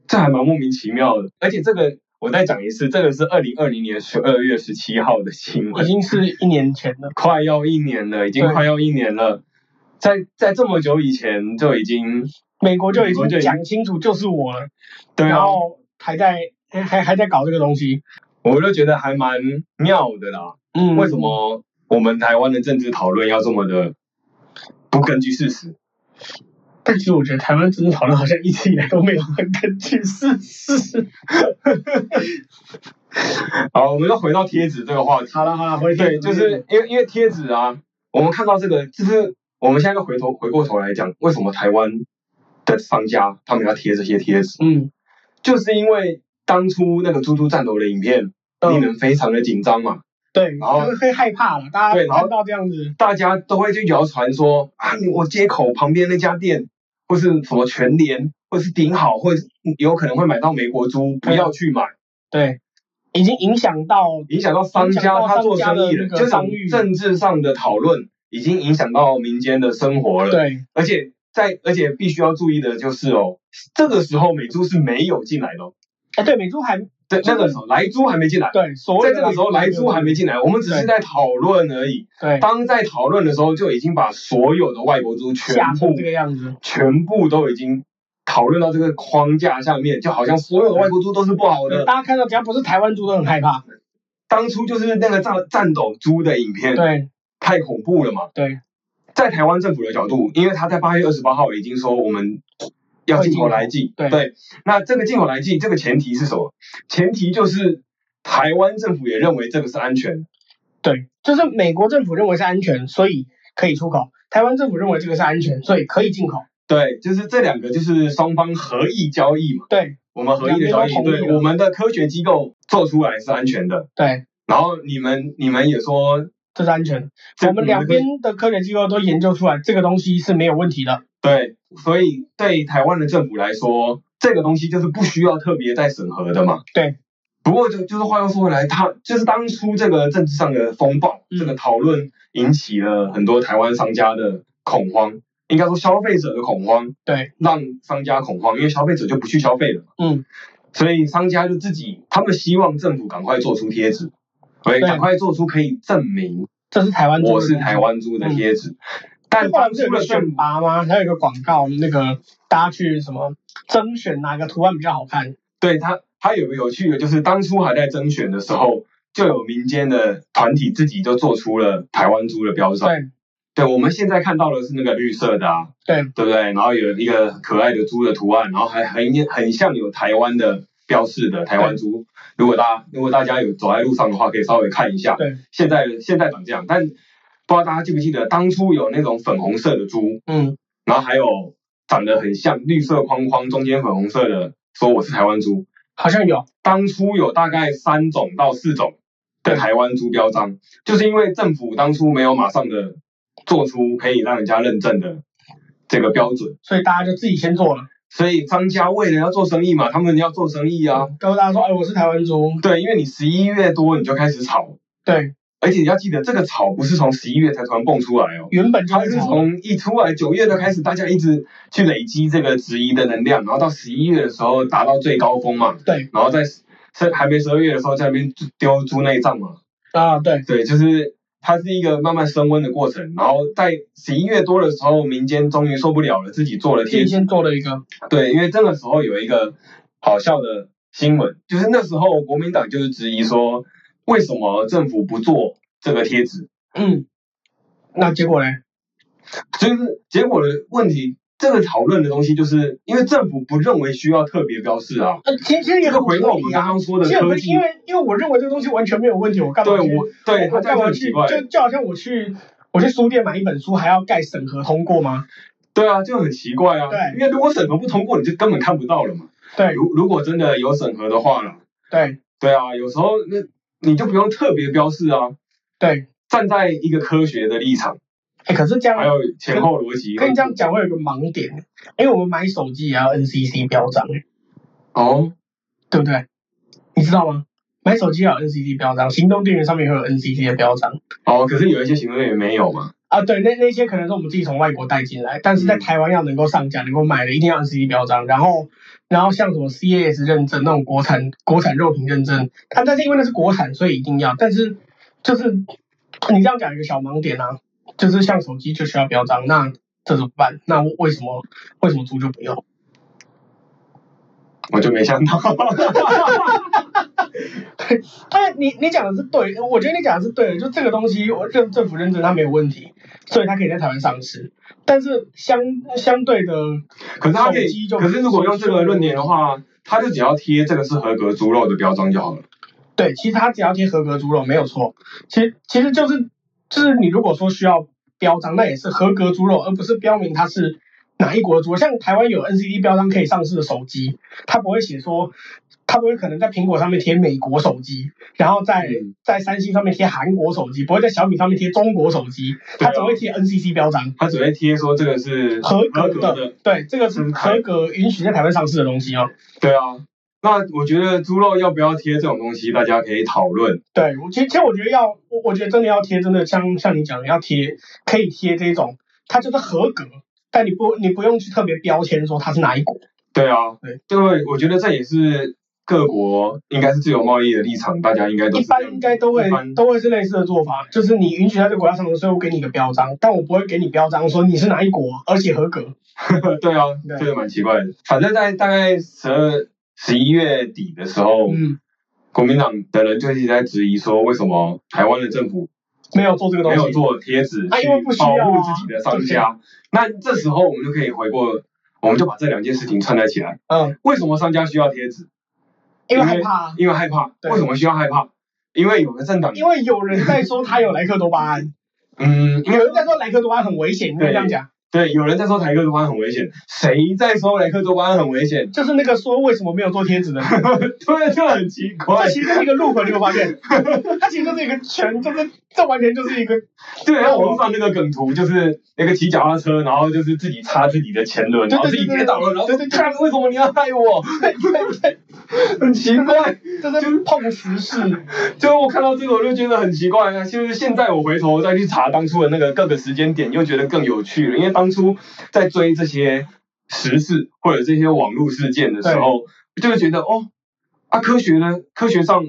Speaker 2: 这还蛮莫名其妙的。而且这个我再讲一次，这个是二零二零年十二月十七号的新
Speaker 1: 已
Speaker 2: 闻，
Speaker 1: 经是一年前了。
Speaker 2: 快要一年了，已经
Speaker 1: 对
Speaker 2: 快要一年了。在在这么久以前就已经
Speaker 1: 美国就已经
Speaker 2: 美国就已经
Speaker 1: 讲清楚就是我了，
Speaker 2: 对
Speaker 1: 然
Speaker 2: 啊，
Speaker 1: 后还在还还还在搞这个东西。
Speaker 2: 我就觉得还蛮妙的啦。
Speaker 1: 嗯
Speaker 2: 为什？么我们台湾的政治讨论要这么的不根据事实？
Speaker 1: 但其实我觉得台湾政治讨论好像一直以来都没有很根据事实。
Speaker 2: 好，我们又回到贴纸这个话题。
Speaker 1: 好了好了，回去
Speaker 2: 对，
Speaker 1: 嗯
Speaker 2: 就是因为因为贴纸啊，我们看到这个，就是我们现在又回头回过头来讲，为什么台湾的商家他们要贴这些贴纸，
Speaker 1: 嗯，
Speaker 2: 就是因为当初那个猪猪战斗的影片
Speaker 1: 嗯
Speaker 2: 令人非常的紧张嘛，
Speaker 1: 对，
Speaker 2: 然后
Speaker 1: 会会害怕了，大
Speaker 2: 对
Speaker 1: 家
Speaker 2: 然后
Speaker 1: 看到这样子，
Speaker 2: 大家都会去谣传说啊，你我街口旁边那家店，或是什么全联，或是顶好，或是嗯有可能会买到美国猪，
Speaker 1: 嗯
Speaker 2: 不要去买，
Speaker 1: 对，已经影响到
Speaker 2: 影响到商
Speaker 1: 影响
Speaker 2: 家
Speaker 1: 到
Speaker 2: 他做生意
Speaker 1: 商家的
Speaker 2: 了，
Speaker 1: 那个
Speaker 2: 就是
Speaker 1: 商誉
Speaker 2: 政治上的讨论已经影响到民间的生活了。
Speaker 1: 对
Speaker 2: 而且在而且必须要注意的就是哦，这个时候美猪是没有进来的、哦，
Speaker 1: 哎对，美珠还
Speaker 2: 对，那个时候莱猪还没进来，
Speaker 1: 对，所谓
Speaker 2: 在
Speaker 1: 的
Speaker 2: 这个时候莱猪还没进来，我们只是在讨论而已。
Speaker 1: 对
Speaker 2: 当在讨论的时候，就已经把所有的外国猪全
Speaker 1: 吓
Speaker 2: 部
Speaker 1: 成这个样子，
Speaker 2: 全部都已经讨论到这个框架下面，就好像所有的外国猪都是不好的。
Speaker 1: 大家看到只要不是台湾猪都很害怕，
Speaker 2: 当初就是那个战战斗猪的影片
Speaker 1: 对
Speaker 2: 太恐怖了嘛，
Speaker 1: 对
Speaker 2: 在台湾政府的角度，因为他在八月二十八号已经说我们要进口来剂，
Speaker 1: 对
Speaker 2: 那这个进口来剂，这个前提是什么？前提就是台湾政府也认为这个是安全，
Speaker 1: 对，就是美国政府认为是安全，所以可以出口；台湾政府认为这个是安全，所以可以进口。
Speaker 2: 对，就是这两个就是双方合意交易嘛，
Speaker 1: 对
Speaker 2: 我们合意的交易，
Speaker 1: 两边都同意啊
Speaker 2: 对，
Speaker 1: 了
Speaker 2: 我们的科学机构做出来是安全的，
Speaker 1: 对，
Speaker 2: 然后你们你们也说
Speaker 1: 这是安全。
Speaker 2: 这
Speaker 1: 我们两边的科学机构都研究出来，这个东西是没有问题的。
Speaker 2: 对，所以对台湾的政府来说，这个东西就是不需要特别再审核的嘛。
Speaker 1: 对。
Speaker 2: 不过就就是话又说回来，他就是当初这个政治上的风暴，
Speaker 1: 嗯
Speaker 2: 这个讨论引起了很多台湾商家的恐慌，应该说消费者的恐慌，
Speaker 1: 对，
Speaker 2: 让商家恐慌，因为消费者就不去消费了嘛，
Speaker 1: 嗯，
Speaker 2: 所以商家就自己他们希望政府赶快做出贴纸，对，
Speaker 1: 对
Speaker 2: 赶快做出可以证明
Speaker 1: 这是台湾猪的嗯
Speaker 2: 我
Speaker 1: 东西。
Speaker 2: 是台湾猪的贴纸。但
Speaker 1: 但后来
Speaker 2: 当
Speaker 1: 不是
Speaker 2: 初
Speaker 1: 有个
Speaker 2: 的政
Speaker 1: 选
Speaker 2: 府
Speaker 1: 拔吗？还有一个广告，那个大家去什么甄选哪个图案比较好看？
Speaker 2: 对他，他有个有趣的，就是当初还在征选的时候，就有民间的团体自己就做出了台湾猪的标章。
Speaker 1: 对
Speaker 2: 对，我们现在看到的是那个绿色的啊，
Speaker 1: 对
Speaker 2: 对不对？然后有一个可爱的猪的图案，然后还很很像有台湾的标示的台湾猪。如果大家如果大家有走在路上的话，可以稍微看一下。
Speaker 1: 对，
Speaker 2: 现在现在长这样，但不知道大家记不记得，当初有那种粉红色的猪，
Speaker 1: 嗯，
Speaker 2: 然后还有长得很像绿色框框中间粉红色的，说我是台湾猪。
Speaker 1: 好像有。
Speaker 2: 当初有大概三种到四种的台湾猪标章，就是因为政府当初没有马上的做出可以让人家认证的这个标准，
Speaker 1: 所以大家就自己先做了，
Speaker 2: 所以商家为了要做生意嘛，他们要做生意啊，
Speaker 1: 告诉大家说，哎，我是台湾猪。
Speaker 2: 对，因为你十一月多你就开始炒，
Speaker 1: 对，
Speaker 2: 而且你要记得这个炒不是从十一月才突然蹦出来哦。
Speaker 1: 原本就
Speaker 2: 它是
Speaker 1: 是啊
Speaker 2: 从一出来九月就开始，大家一直去累积这个质疑的能量，然后到十一月的时候达到最高峰嘛，
Speaker 1: 对
Speaker 2: 然后在在还没十二月的时候在那边丢猪内脏嘛，
Speaker 1: 啊，对
Speaker 2: 对，就是它是一个慢慢升温的过程。然后在十一月多的时候，民间终于受不了了，自己做了
Speaker 1: 自
Speaker 2: 贴
Speaker 1: 己
Speaker 2: 纸。
Speaker 1: 先做了一个，
Speaker 2: 对，因为这个时候有一个好笑的新闻，就是那时候国民党就是质疑说，为什么政府不做这个贴纸？
Speaker 1: 嗯，那结果嘞？
Speaker 2: 就是结果的问题。这个讨论的东西，就是因为政府不认为需要特别标示啊。
Speaker 1: 呃，其实其实也
Speaker 2: 这
Speaker 1: 很
Speaker 2: 个
Speaker 1: 合
Speaker 2: 回到我们
Speaker 1: 理
Speaker 2: 刚
Speaker 1: 啊。
Speaker 2: 刚说的
Speaker 1: 其实很合
Speaker 2: 科
Speaker 1: 理
Speaker 2: 技
Speaker 1: 因，为因为我认为这个东西完全没有问题，我干嘛
Speaker 2: 对
Speaker 1: 去
Speaker 2: 我对
Speaker 1: 我
Speaker 2: 他这
Speaker 1: 干
Speaker 2: 样就
Speaker 1: 嘛
Speaker 2: 很
Speaker 1: 去？
Speaker 2: 奇怪，
Speaker 1: 就就好像我去我去书店买一本书，还要盖审核通过吗？
Speaker 2: 对啊，就很奇怪啊。
Speaker 1: 对
Speaker 2: 因为如果审核不通过，你就根本看不到了嘛。
Speaker 1: 对
Speaker 2: 如如果真的有审核的话啦，
Speaker 1: 对
Speaker 2: 对啊，有时候那你就不用特别标示啊。
Speaker 1: 对，
Speaker 2: 站在一个科学的立场，
Speaker 1: 哎，可是这
Speaker 2: 还
Speaker 1: 样
Speaker 2: 有前后逻辑，
Speaker 1: 跟你这样讲会有一个盲点，因为我们买手机也要 NCC 标章，
Speaker 2: 哦，
Speaker 1: 对不对？你知道吗？啊买手机要有 NCC 标章，行动电源上面会有 NCC 的标章。
Speaker 2: 哦，可是有一些行动电源没有嘛，
Speaker 1: 啊，对，那那些可能是我们自己从外国带进来，但是在
Speaker 2: 嗯
Speaker 1: 台湾要能够上架、能够买的，一定要 NCC 标章。然后，然后像什么 CAS 认证那种国产国产肉品认证，啊，但是因为那是国产，所以一定要。但是就是你这样讲有一个小盲点啊，就是像手机就需要标章，那这怎么办？那为什么为什么猪就不用？
Speaker 2: 我就没 想到，
Speaker 1: 但你你讲的是对，我觉得你讲的是对的。就这个东西，我政政府认证它没有问题，所以它可以在台湾上市。但是相相对的，
Speaker 2: 可是他可
Speaker 1: 手机
Speaker 2: 以，
Speaker 1: 就
Speaker 2: 可是如果用这个论点的话，他就只要贴这个是合格猪肉的标章就好了。
Speaker 1: 对，其实它只要贴合格猪肉没有错。其实其实就是就是你如果说需要标章，那也是合格猪肉，而不是标明它是哪一国的猪肉。像台湾有 NCD 标章可以上市的手机，它不会写说，它不会可能在苹果上面贴美国手机，然后在、
Speaker 2: 嗯
Speaker 1: 在三星上面贴韩国手机，不会在小米上面贴中国手机，
Speaker 2: 对
Speaker 1: 它
Speaker 2: 啊
Speaker 1: 只会贴 NCC 标章。
Speaker 2: 他只会贴说这个是
Speaker 1: 合
Speaker 2: 合
Speaker 1: 格
Speaker 2: 格
Speaker 1: 的，
Speaker 2: 的，嗯
Speaker 1: 对，这个是合格允许在台湾上市的东西哦。
Speaker 2: 对啊。那我觉得猪肉要不要贴这种东西，大家可以讨论。
Speaker 1: 对，我其实其实我觉得要，我我觉得真的要贴，真的像像你讲的要贴，可以贴这种，它就是合格，但你不你不用去特别标签说它是哪一国。
Speaker 2: 对啊
Speaker 1: 对，
Speaker 2: 对，我觉得这也是各国应该是自由贸易的立场，大家应该都
Speaker 1: 一
Speaker 2: 是
Speaker 1: 般
Speaker 2: 这样
Speaker 1: 应该都会
Speaker 2: 一般
Speaker 1: 都会是类似的做法，就是你允许在这个国家上市，所以我给你一个标章，但我不会给你标章说你是哪一国，而且合格。
Speaker 2: 对啊，
Speaker 1: 对
Speaker 2: 这个蛮奇怪的。反正在大概十二十一月底的时候，
Speaker 1: 嗯，
Speaker 2: 国民党的人就一直在质疑说，为什么台湾的政府
Speaker 1: 没有做这个东
Speaker 2: 没
Speaker 1: 西。
Speaker 2: 有做贴纸去
Speaker 1: 啊因为不需要
Speaker 2: 保
Speaker 1: 啊
Speaker 2: 护自己的商家？那这时候我们就可以回过，我们就把这两件事情串在起来。
Speaker 1: 嗯，
Speaker 2: 为什么商家需要贴纸？
Speaker 1: 因为害怕啊，
Speaker 2: 因为害怕。
Speaker 1: 对
Speaker 2: 为什么需要害怕？因为有个政党，
Speaker 1: 因为有人在说他有莱克多巴胺，
Speaker 2: 嗯， 因为
Speaker 1: 有人在说莱克多巴胺很危险，你可以这样讲。
Speaker 2: 对，有人在说台克多巴胺很危险，谁在说莱克多巴胺很危险？
Speaker 1: 就是那个说为什么没有做贴纸的人，
Speaker 2: 对，这很奇怪
Speaker 1: 这。其实是一个 loop，你有没有发现？它其实就是一个全，就是这完全就是一个
Speaker 2: 对，然后网络上那个梗图就是那个骑脚踏车，然后就是自己擦自己的前轮，
Speaker 1: 对
Speaker 2: 然后
Speaker 1: 对
Speaker 2: 自
Speaker 1: 对
Speaker 2: 己
Speaker 1: 对
Speaker 2: 跌倒了，然后
Speaker 1: 对对对
Speaker 2: 看为什么你要害我？ 很奇怪，
Speaker 1: 这是碰瓷式。
Speaker 2: 就是我看到这个我就觉得很奇怪啊。就是现在我回头再去查当初的那个各个时间点，又觉得更有趣了，因为当初在追这些时事或者这些网络事件的时候，就会觉得哦，啊科学呢？科学上，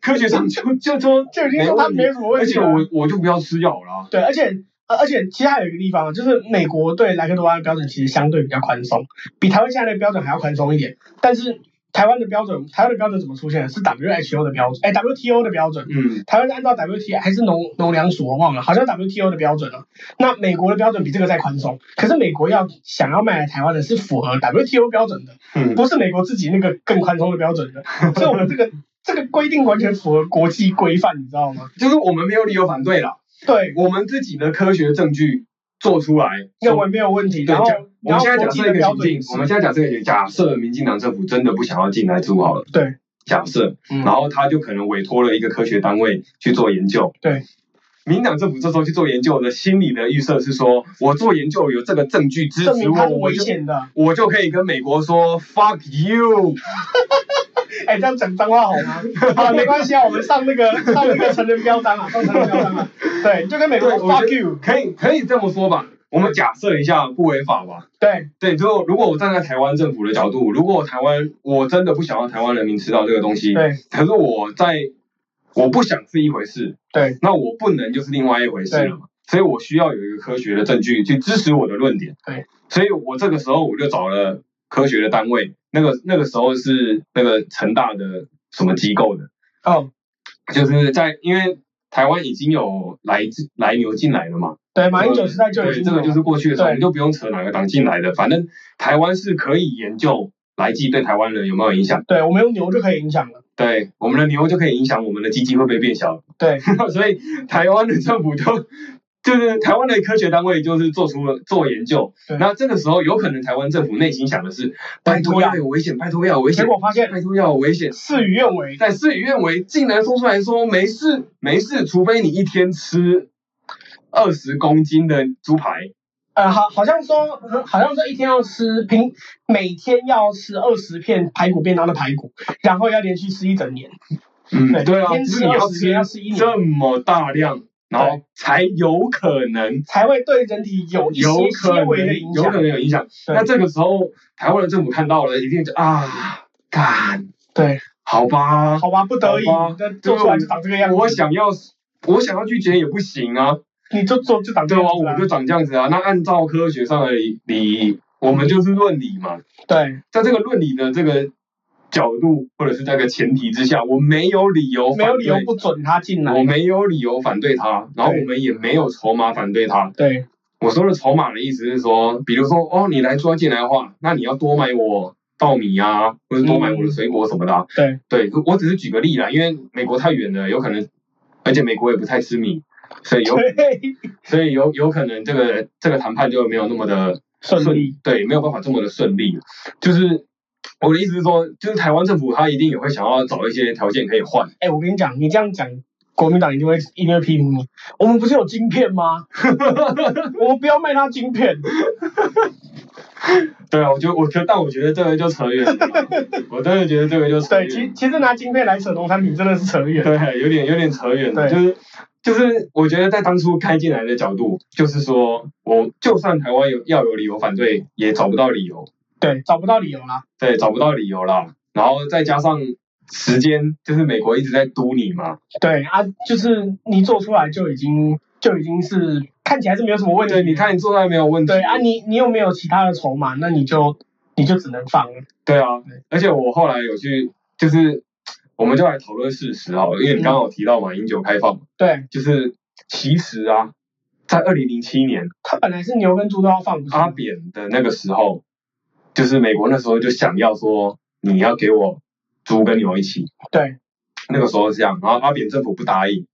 Speaker 2: 科学上就就说
Speaker 1: 就已经说它没什么问题了
Speaker 2: 而且我我就不要吃药了啊、
Speaker 1: 对，而且呃而且其实还有一个地方，就是美国对莱克多巴胺的标准其实相对比较宽松，比台湾现在的标准还要宽松一点。但是台湾的标准，台湾的标准怎么出现的？是 WHO 的标准，哎，WTO 的标准。
Speaker 2: 嗯，
Speaker 1: 台湾是按照 WTO 还是农农粮署，我忘了，好像 WTO 的标准了、那美国的标准比这个再宽松，可是美国要想要卖来台湾的是符合 WTO 标准的，
Speaker 2: 嗯
Speaker 1: 不是美国自己那个更宽松的标准的。所以我们这个这个规定完全符合国际规范，你知道吗？
Speaker 2: 就是我们没有理由反对啦，
Speaker 1: 对，
Speaker 2: 我们自己的科学证据做出来，
Speaker 1: 认为没有问题。
Speaker 2: 对
Speaker 1: 然后
Speaker 2: 假我
Speaker 1: 然
Speaker 2: 们
Speaker 1: 后
Speaker 2: 现在
Speaker 1: 国
Speaker 2: 假
Speaker 1: 际
Speaker 2: 设
Speaker 1: 的
Speaker 2: 一个
Speaker 1: 标
Speaker 2: 情
Speaker 1: 准
Speaker 2: 境
Speaker 1: 也，是
Speaker 2: 我们现在假设一个情境，假设民进党政府真的不想要进来住好了，
Speaker 1: 对，
Speaker 2: 假设，
Speaker 1: 嗯
Speaker 2: 然后他就可能委托了一个科学单位去做研究，
Speaker 1: 对。
Speaker 2: 民进党政府这时候去做研究的心理的预设是说，我做研究有这个证据支
Speaker 1: 证
Speaker 2: 持
Speaker 1: 明它
Speaker 2: 我，
Speaker 1: 是
Speaker 2: 我
Speaker 1: 危
Speaker 2: 就
Speaker 1: 险的。
Speaker 2: 我就可以跟美国说 fuck you，
Speaker 1: 哎，这样讲脏话好吗？啊，没关系啊，我们上那个上那个成人标章啊，上成人标章啊。对，就跟美国
Speaker 2: 对，
Speaker 1: 说
Speaker 2: 我觉
Speaker 1: fuck
Speaker 2: 得
Speaker 1: you。
Speaker 2: 可以可以这么说吧，我们假设一下不违法吧，
Speaker 1: 对
Speaker 2: 对，如果如果我站在台湾政府的角度，如果台湾我真的不想让台湾人民吃到这个东西，
Speaker 1: 对
Speaker 2: 可是我在我不想是一回事，
Speaker 1: 对
Speaker 2: 那我不能就是另外一回事了嘛。所以我需要有一个科学的证据去支持我的论点。
Speaker 1: 对，
Speaker 2: 所以我这个时候我就找了科学的单位，那个那个时候是那个成大的什么机构的，
Speaker 1: 哦，
Speaker 2: 就是在因为台湾已经有来自来牛进来了嘛，
Speaker 1: 对，马英九时代就已
Speaker 2: 对，
Speaker 1: 经
Speaker 2: 这个
Speaker 1: 有
Speaker 2: 就是过去的时候，
Speaker 1: 对
Speaker 2: 我们就不用扯哪个党进来的，反正台湾是可以研究来记对台湾人有没有影响。
Speaker 1: 对，我们用牛就可以影响了。
Speaker 2: 对，我们的牛就可以影响我们的鸡鸡会不会变小，
Speaker 1: 对，
Speaker 2: 所以台湾的政府就。就是台湾的科学单位就是做出了做研究
Speaker 1: 对，
Speaker 2: 那这个时候有可能台湾政府内心想的是，拜托要有危险，拜托要有危
Speaker 1: 结
Speaker 2: 险，
Speaker 1: 果发现
Speaker 2: 拜托要有危险。
Speaker 1: 事与愿违。
Speaker 2: 但事与愿违，竟然说出来说没事没事，除非你一天吃二十公斤的猪排，
Speaker 1: 呃，好，好像说，好像说一天要吃平，每天要吃二十片排骨便当的排骨，然后要连续吃一整年。
Speaker 2: 嗯，对啊，
Speaker 1: 天
Speaker 2: 就是
Speaker 1: 吃
Speaker 2: 你要
Speaker 1: 20天要吃
Speaker 2: 吃
Speaker 1: 一年
Speaker 2: 这么大量，然后才有可能
Speaker 1: 才会对人体有一些
Speaker 2: 有可
Speaker 1: 些微的
Speaker 2: 能
Speaker 1: 影
Speaker 2: 有可
Speaker 1: 响。
Speaker 2: 能有影响。
Speaker 1: 对
Speaker 2: 那这个时候，台湾的政府看到了，一定就啊，干，
Speaker 1: 对，
Speaker 2: 好吧，
Speaker 1: 好吧，不得已
Speaker 2: 好吧，
Speaker 1: 那做出来就长这个样子。
Speaker 2: 我想要我想要拒绝也不行啊，
Speaker 1: 你就做就长这
Speaker 2: 对
Speaker 1: 个
Speaker 2: 啊，
Speaker 1: 样子
Speaker 2: 我
Speaker 1: 啊、
Speaker 2: 就长这样子啊。那按照科学上的理理，我们就是论理嘛，
Speaker 1: 对，
Speaker 2: 在这个论理的这个角度或者是这个前提之下，我没有理由
Speaker 1: 没有理由
Speaker 2: 反对
Speaker 1: 不准他进来
Speaker 2: 我。没有理由反对他，然后
Speaker 1: 对
Speaker 2: 我们也没有筹码反对他。
Speaker 1: 对
Speaker 2: 我说的筹码的意思是说，比如说哦，你来抓进来的话，那你要多买我稻米啊，或者多买我的水果什么的啊、
Speaker 1: 对
Speaker 2: 对，我只是举个例啦，因为美国太远了，有可能，而且美国也不太吃米，所以有
Speaker 1: 对，
Speaker 2: 所以有有可能这个这个谈判就没有那么的
Speaker 1: 顺利。
Speaker 2: 对，没有办法这么的顺利。就是我的意思是说，就是台湾政府他一定也会想要找一些条件可以换。
Speaker 1: 哎、我跟你讲，你这样讲，国民党一定会一定会批评你。我们不是有晶片吗？ 我们不要卖他晶片。
Speaker 2: 对啊，我觉得我觉得，但我觉得这个就扯远了啦， 我真的觉得这个就扯
Speaker 1: 对，
Speaker 2: 远
Speaker 1: 其
Speaker 2: 了。
Speaker 1: 其实拿晶片来扯农产品真的是扯远。
Speaker 2: 对，有点有点扯远了，
Speaker 1: 对
Speaker 2: 就是。就是我觉得在当初开进来的角度，就是说我就算台湾有要有理由反对，也找不到理由。
Speaker 1: 对，找不到理由啦。
Speaker 2: 对，找不到理由啦。然后再加上时间，就是美国一直在督你嘛，
Speaker 1: 对啊，就是你做出来就已经就已经是看起来是没有什么问题。
Speaker 2: 对，你，看你做出来没有问题，
Speaker 1: 对啊，你你又没有其他的筹码，那你就你就只能放了。
Speaker 2: 对啊
Speaker 1: 对，
Speaker 2: 而且我后来有去，就是我们就来讨论事实好了，因为你刚刚有提到嘛，饮酒开放，
Speaker 1: 对，
Speaker 2: 就是其实啊，在二零零七年
Speaker 1: 它本来是牛跟猪都要放，不是吗
Speaker 2: 阿扁的那个时候，就是美国那时候就想要说你要给我猪跟牛一起，
Speaker 1: 对
Speaker 2: 那个时候是这样，然后阿扁政府不答应，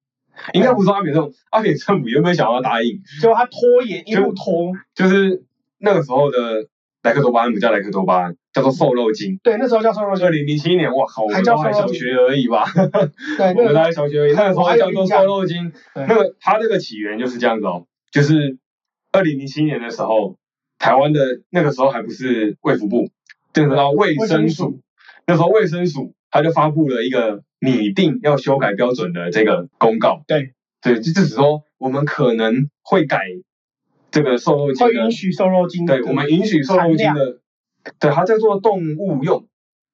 Speaker 2: 应该不是阿扁政府，阿扁政府原本想要答应，
Speaker 1: 结果他拖延一路拖。
Speaker 2: 就是那个时候的莱克多巴胺不叫莱克多巴胺，叫做瘦肉精。
Speaker 1: 对，那时候叫瘦肉精
Speaker 2: 二。零零七年，哇靠，我
Speaker 1: 还
Speaker 2: 们
Speaker 1: 叫
Speaker 2: 都还
Speaker 1: 瘦肉
Speaker 2: 小
Speaker 1: 精
Speaker 2: 学而已吧，
Speaker 1: 对，那
Speaker 2: 我们
Speaker 1: 个
Speaker 2: 才小学而已，那个时
Speaker 1: 我
Speaker 2: 候
Speaker 1: 还有
Speaker 2: 叫做
Speaker 1: 印象
Speaker 2: 瘦肉精。
Speaker 1: 对
Speaker 2: 那个它这个起源就是这样子哦，就是二零零七年的时候，台湾的那个时候还不是卫福部，就是到卫
Speaker 1: 卫
Speaker 2: 生
Speaker 1: 生
Speaker 2: 署
Speaker 1: 署，
Speaker 2: 那时候卫生署它就发布了一个拟定要修改标准的这个公告。
Speaker 1: 对，
Speaker 2: 对，就只是说我们可能会改这个瘦肉精
Speaker 1: 会
Speaker 2: 的
Speaker 1: 允许瘦肉精的。
Speaker 2: 对，我们允许瘦肉精的，对，它叫做动物用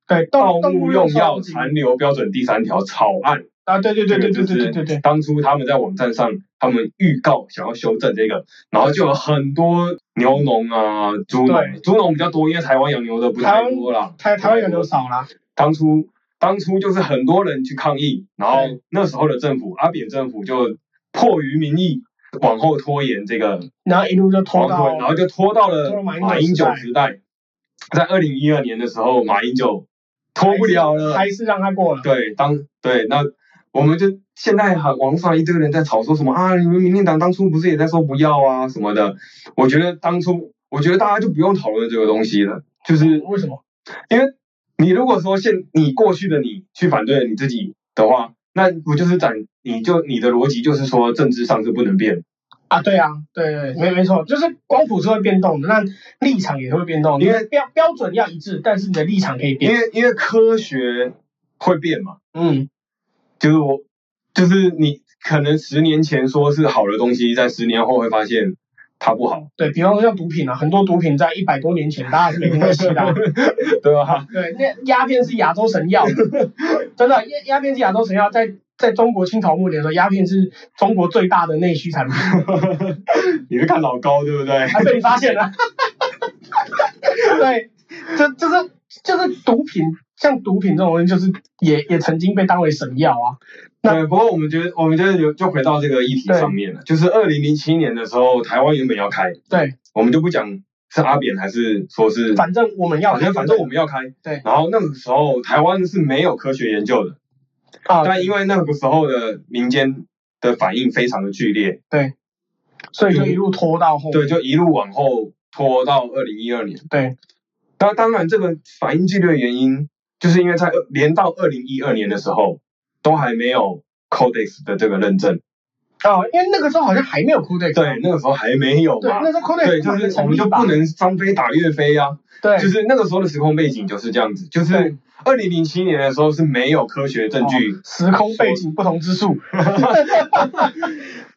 Speaker 1: 对
Speaker 2: 动
Speaker 1: 动动
Speaker 2: 物
Speaker 1: 物
Speaker 2: 用
Speaker 1: 瘦
Speaker 2: 药
Speaker 1: 肉精
Speaker 2: 残留标准第三条草案。
Speaker 1: 啊，对对对对对对对对对，
Speaker 2: 当初他们在网站上，他们预告想要修正这个，然后就有很多牛农啊、猪农，
Speaker 1: 对
Speaker 2: 猪农比较多，因为台湾养牛的不太多啦。
Speaker 1: 台台湾人都少啦。
Speaker 2: 当初当初就是很多人去抗议，然后
Speaker 1: 对
Speaker 2: 那时候的政府阿扁政府就迫于民意往后拖延这个
Speaker 1: 然后一路就拖
Speaker 2: 黄
Speaker 1: 到
Speaker 2: 昏，然后就拖到
Speaker 1: 拖
Speaker 2: 了
Speaker 1: 到马英九
Speaker 2: 马英九时
Speaker 1: 时
Speaker 2: 代，在二零一二年的时候，马英九拖不了了，
Speaker 1: 还是让他过了。
Speaker 2: 对，当对那我们就现在很网络上一堆人在吵说什么啊，你们民进党当初不是也在说不要啊什么的，我觉得当初我觉得大家就不用讨论这个东西了，就是
Speaker 1: 为什么？
Speaker 2: 因为你如果说现你过去的你去反对你自己的话，那不就是展你就你的逻辑就是说政治上是不能变的。
Speaker 1: 啊，对啊，对对，没没错，就是光谱是会变动的，那立场也会变动，
Speaker 2: 因为
Speaker 1: 你的标标准要一致，但是你的立场可以
Speaker 2: 因
Speaker 1: 变。
Speaker 2: 为因为科学会变嘛，
Speaker 1: 嗯，
Speaker 2: 就是我就是你可能十年前说是好的东西，在十年后会发现它不好，
Speaker 1: 对比方说像毒品啊，很多毒品在一百多年前大家是每天在吸 的啊、
Speaker 2: 对吧？
Speaker 1: 对，那鸦片是鸦洲神药，真的鸦鸦片是鸦洲神药，在在中国清朝末年的时候，鸦片是中国最大的内需产品，
Speaker 2: 你是看老高对不对？
Speaker 1: 还被你发现了。对，这就是就是毒品，像毒品这种东西，就是也也曾经被当为神药啊。那
Speaker 2: 对，不过我们觉得，我们觉得有就回到这个议题上面了，就是二零零七年的时候，台湾原本要开，
Speaker 1: 对，
Speaker 2: 我们就不讲是阿扁还是说是，
Speaker 1: 反正我们要
Speaker 2: 反正反正我们要开，
Speaker 1: 对
Speaker 2: 然后那个时候台湾是没有科学研究的，
Speaker 1: 啊，
Speaker 2: 但因为那个时候的民间的反应非常的剧烈，
Speaker 1: 所以就一路拖到后面。
Speaker 2: 对，就一路往后拖到二零一二年。
Speaker 1: 对
Speaker 2: 那当然，这个反应剧烈的原因，就是因为在二连到二零一二年的时候，都还没有 Codex 的这个认证。
Speaker 1: 哦，因为那个时候好像还没有 Codex，啊
Speaker 2: 对，那个时候还没有
Speaker 1: 对，
Speaker 2: 嘛
Speaker 1: 那。时候 Codex
Speaker 2: 对，就
Speaker 1: 还没
Speaker 2: 是我
Speaker 1: 成
Speaker 2: 们
Speaker 1: 立
Speaker 2: 就
Speaker 1: 吧
Speaker 2: 不能张飞打岳飞啊，
Speaker 1: 对，
Speaker 2: 就是那个时候的时空背景就是这样子，就是
Speaker 1: 对哦
Speaker 2: 二零零七年的时候是没有科学证据，
Speaker 1: 时空背景不同之处。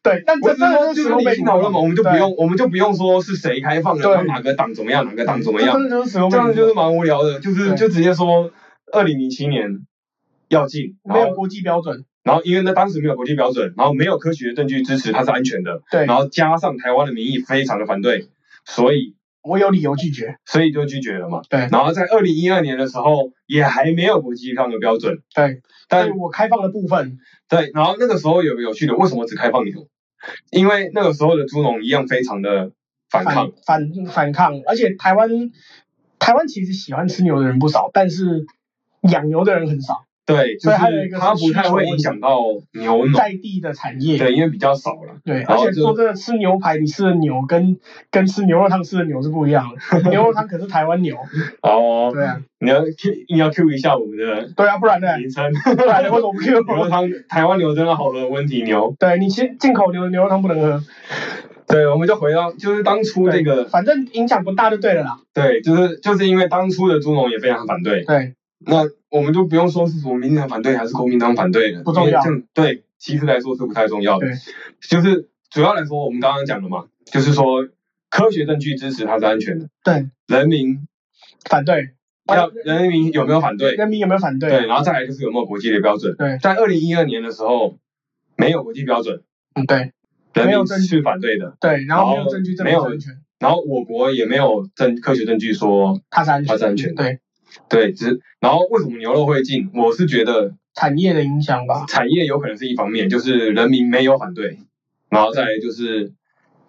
Speaker 1: 对，但
Speaker 2: 我
Speaker 1: 这
Speaker 2: 只
Speaker 1: 真的
Speaker 2: 是说就是是
Speaker 1: 史努
Speaker 2: 理
Speaker 1: 北
Speaker 2: 性讨论嘛，我们就不
Speaker 1: 对
Speaker 2: 用，我们就不用说是谁开放的，
Speaker 1: 对
Speaker 2: 然后哪个党怎么样，哪个党怎么
Speaker 1: 这
Speaker 2: 样，
Speaker 1: 真的就是史努
Speaker 2: 这
Speaker 1: 北
Speaker 2: 样就是蛮无聊的，就是
Speaker 1: 对
Speaker 2: 就直接说二零零七年要禁，然
Speaker 1: 没有
Speaker 2: 后
Speaker 1: 国际标准，
Speaker 2: 然后因为那当时没有国际标准，然后没有科学证据支持它是安全的，
Speaker 1: 对
Speaker 2: 然后加上台湾的民意非常的反对，所以
Speaker 1: 我有理由拒绝。
Speaker 2: 所以就拒绝了嘛。
Speaker 1: 对
Speaker 2: 然后在二零一二年的时候也还没有国际上的标准，
Speaker 1: 对，
Speaker 2: 但
Speaker 1: 所以我开放的部分，
Speaker 2: 对，然后那个时候有个有趣的，为什么只开放牛？因为那个时候的猪农一样非常的反抗，
Speaker 1: 反反抗，而且台湾台湾其实喜欢吃牛的人不少，但是养牛的人很少，
Speaker 2: 对，就
Speaker 1: 所以还有一个
Speaker 2: 它
Speaker 1: 是
Speaker 2: 不
Speaker 1: 需
Speaker 2: 太
Speaker 1: 求
Speaker 2: 会
Speaker 1: 问
Speaker 2: 影
Speaker 1: 题
Speaker 2: 响到牛农，
Speaker 1: 在地的产业。
Speaker 2: 对，因为比较少了。
Speaker 1: 对，
Speaker 2: 然
Speaker 1: 而
Speaker 2: 后
Speaker 1: 且
Speaker 2: 就
Speaker 1: 说真的，吃牛排你吃的牛跟跟吃牛肉汤吃的牛是不一样的，牛肉汤可是台湾 牛。
Speaker 2: 哦，
Speaker 1: 对啊，
Speaker 2: 你要 Q 你要 Q 一下我们的
Speaker 1: 对啊，不然呢？
Speaker 2: 名称，
Speaker 1: 不 然呢为什么不 Q
Speaker 2: 牛肉汤，台湾牛真的好喝，温体 牛。
Speaker 1: 对你其实进口牛的牛肉汤不能喝，
Speaker 2: 对，我们就回到就是当初这
Speaker 1: 对
Speaker 2: 个，
Speaker 1: 反正影响不大就对了啦。
Speaker 2: 对，就是就是因为当初的猪农也非常反对，
Speaker 1: 对，
Speaker 2: 那我们就不用说是什么民进党反对还是国民党反对了，
Speaker 1: 不重要
Speaker 2: 因为这样对，其实来说是不太重要的
Speaker 1: 对。
Speaker 2: 就是主要来说，我们刚刚讲了嘛，就是说科学证据支持它是安全的，
Speaker 1: 对，
Speaker 2: 人民
Speaker 1: 反对。
Speaker 2: 要人民有没有反对？
Speaker 1: 人民有没有反对？啊
Speaker 2: 对，然后再来就是有没有国际的标准。
Speaker 1: 对
Speaker 2: 在二零一二年的时候，没有国际标准，
Speaker 1: 嗯，对
Speaker 2: 人
Speaker 1: 没有
Speaker 2: 民
Speaker 1: 证据
Speaker 2: 是反对的，
Speaker 1: 对，然后没
Speaker 2: 然后
Speaker 1: 有证据证
Speaker 2: 没
Speaker 1: 明
Speaker 2: 有
Speaker 1: 是安全，
Speaker 2: 然后我国也没有证科学证据说
Speaker 1: 它是安全，
Speaker 2: 它是安全的
Speaker 1: 对，
Speaker 2: 对，只然后为什么牛肉会进？我是觉得
Speaker 1: 产业的影响吧，
Speaker 2: 产业有可能是一方面，就是人民没有反对，然后再来就是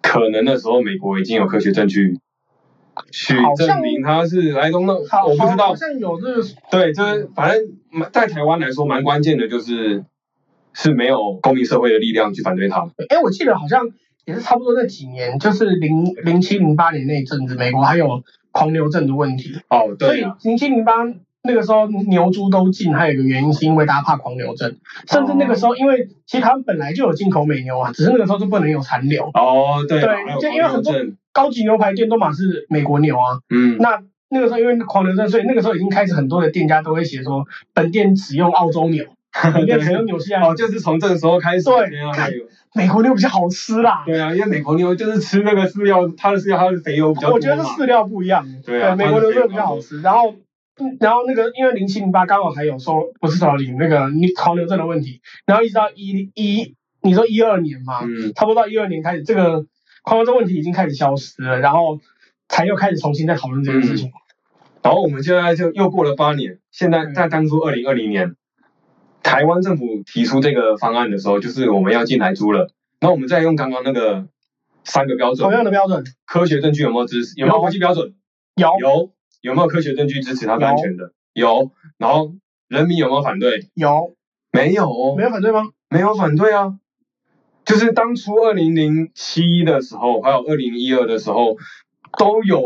Speaker 2: 可能的时候，美国已经有科学证据去
Speaker 1: 好像
Speaker 2: 证明它是 I don't know，
Speaker 1: 好，
Speaker 2: 我不知
Speaker 1: 好
Speaker 2: 道
Speaker 1: 好。像有这个
Speaker 2: 对，就是反正蛮在台湾来说蛮关键的，就是是没有公民社会的力量去反对它。
Speaker 1: 哎，我记得好像也是差不多那几年，就是零零七零八年那一阵子，美国还有狂牛症的问题，
Speaker 2: 哦，
Speaker 1: 所
Speaker 2: 对
Speaker 1: 以
Speaker 2: 啊，
Speaker 1: 零七零八那个时候牛猪都禁，还有一个原因是因为大家怕狂牛症，甚至那个时候因为其实他们本来就有进口美牛啊，只是那个时候就不能有残留，
Speaker 2: 哦，对啊，
Speaker 1: 对
Speaker 2: 还有
Speaker 1: 就因为
Speaker 2: 狂牛
Speaker 1: 很多
Speaker 2: 症，
Speaker 1: 高级牛排店都嘛是美国牛啊，
Speaker 2: 嗯，
Speaker 1: 那。那个时候因为狂牛症，所以那个时候已经开始很多的店家都会写说本店使用澳洲 牛，本店使用纽西兰牛
Speaker 2: 哦，就是从这个时候开始，
Speaker 1: 对
Speaker 2: 对啊，
Speaker 1: 看
Speaker 2: 有
Speaker 1: 美国牛比较好吃啦。
Speaker 2: 对啊，因为美国牛就是吃那个饲料，它的饲料它的肥油比较多嘛。
Speaker 1: 我觉得饲料不一样，
Speaker 2: 对啊
Speaker 1: 美国牛肉比较好吃。然后，嗯然后那个因为零七零八刚好还有说不是少零那个你狂牛症的问题，然后一直到一一你说一二年嘛，
Speaker 2: 嗯，
Speaker 1: 差不多到一二年开始，这个狂牛症问题已经开始消失了，然后才又开始重新再讨论这件事情。
Speaker 2: 嗯然后我们现在就又过了八年，现在
Speaker 1: 嗯
Speaker 2: 在当初二零二零年，台湾政府提出这个方案的时候，就是我们要进来租了。那我们再用刚刚那个三个标
Speaker 1: 同
Speaker 2: 准，
Speaker 1: 样的标准，
Speaker 2: 科学证据有没有支持？有没有
Speaker 1: 有
Speaker 2: 国际标准？
Speaker 1: 有
Speaker 2: 有，有没有科学证据支持它是安全的？有。然后人民有没有反对？
Speaker 1: 有
Speaker 2: 没有哦，
Speaker 1: 没有反对吗？
Speaker 2: 没有反对啊。就是当初二零零七的时候，还有二零一二的时候，都有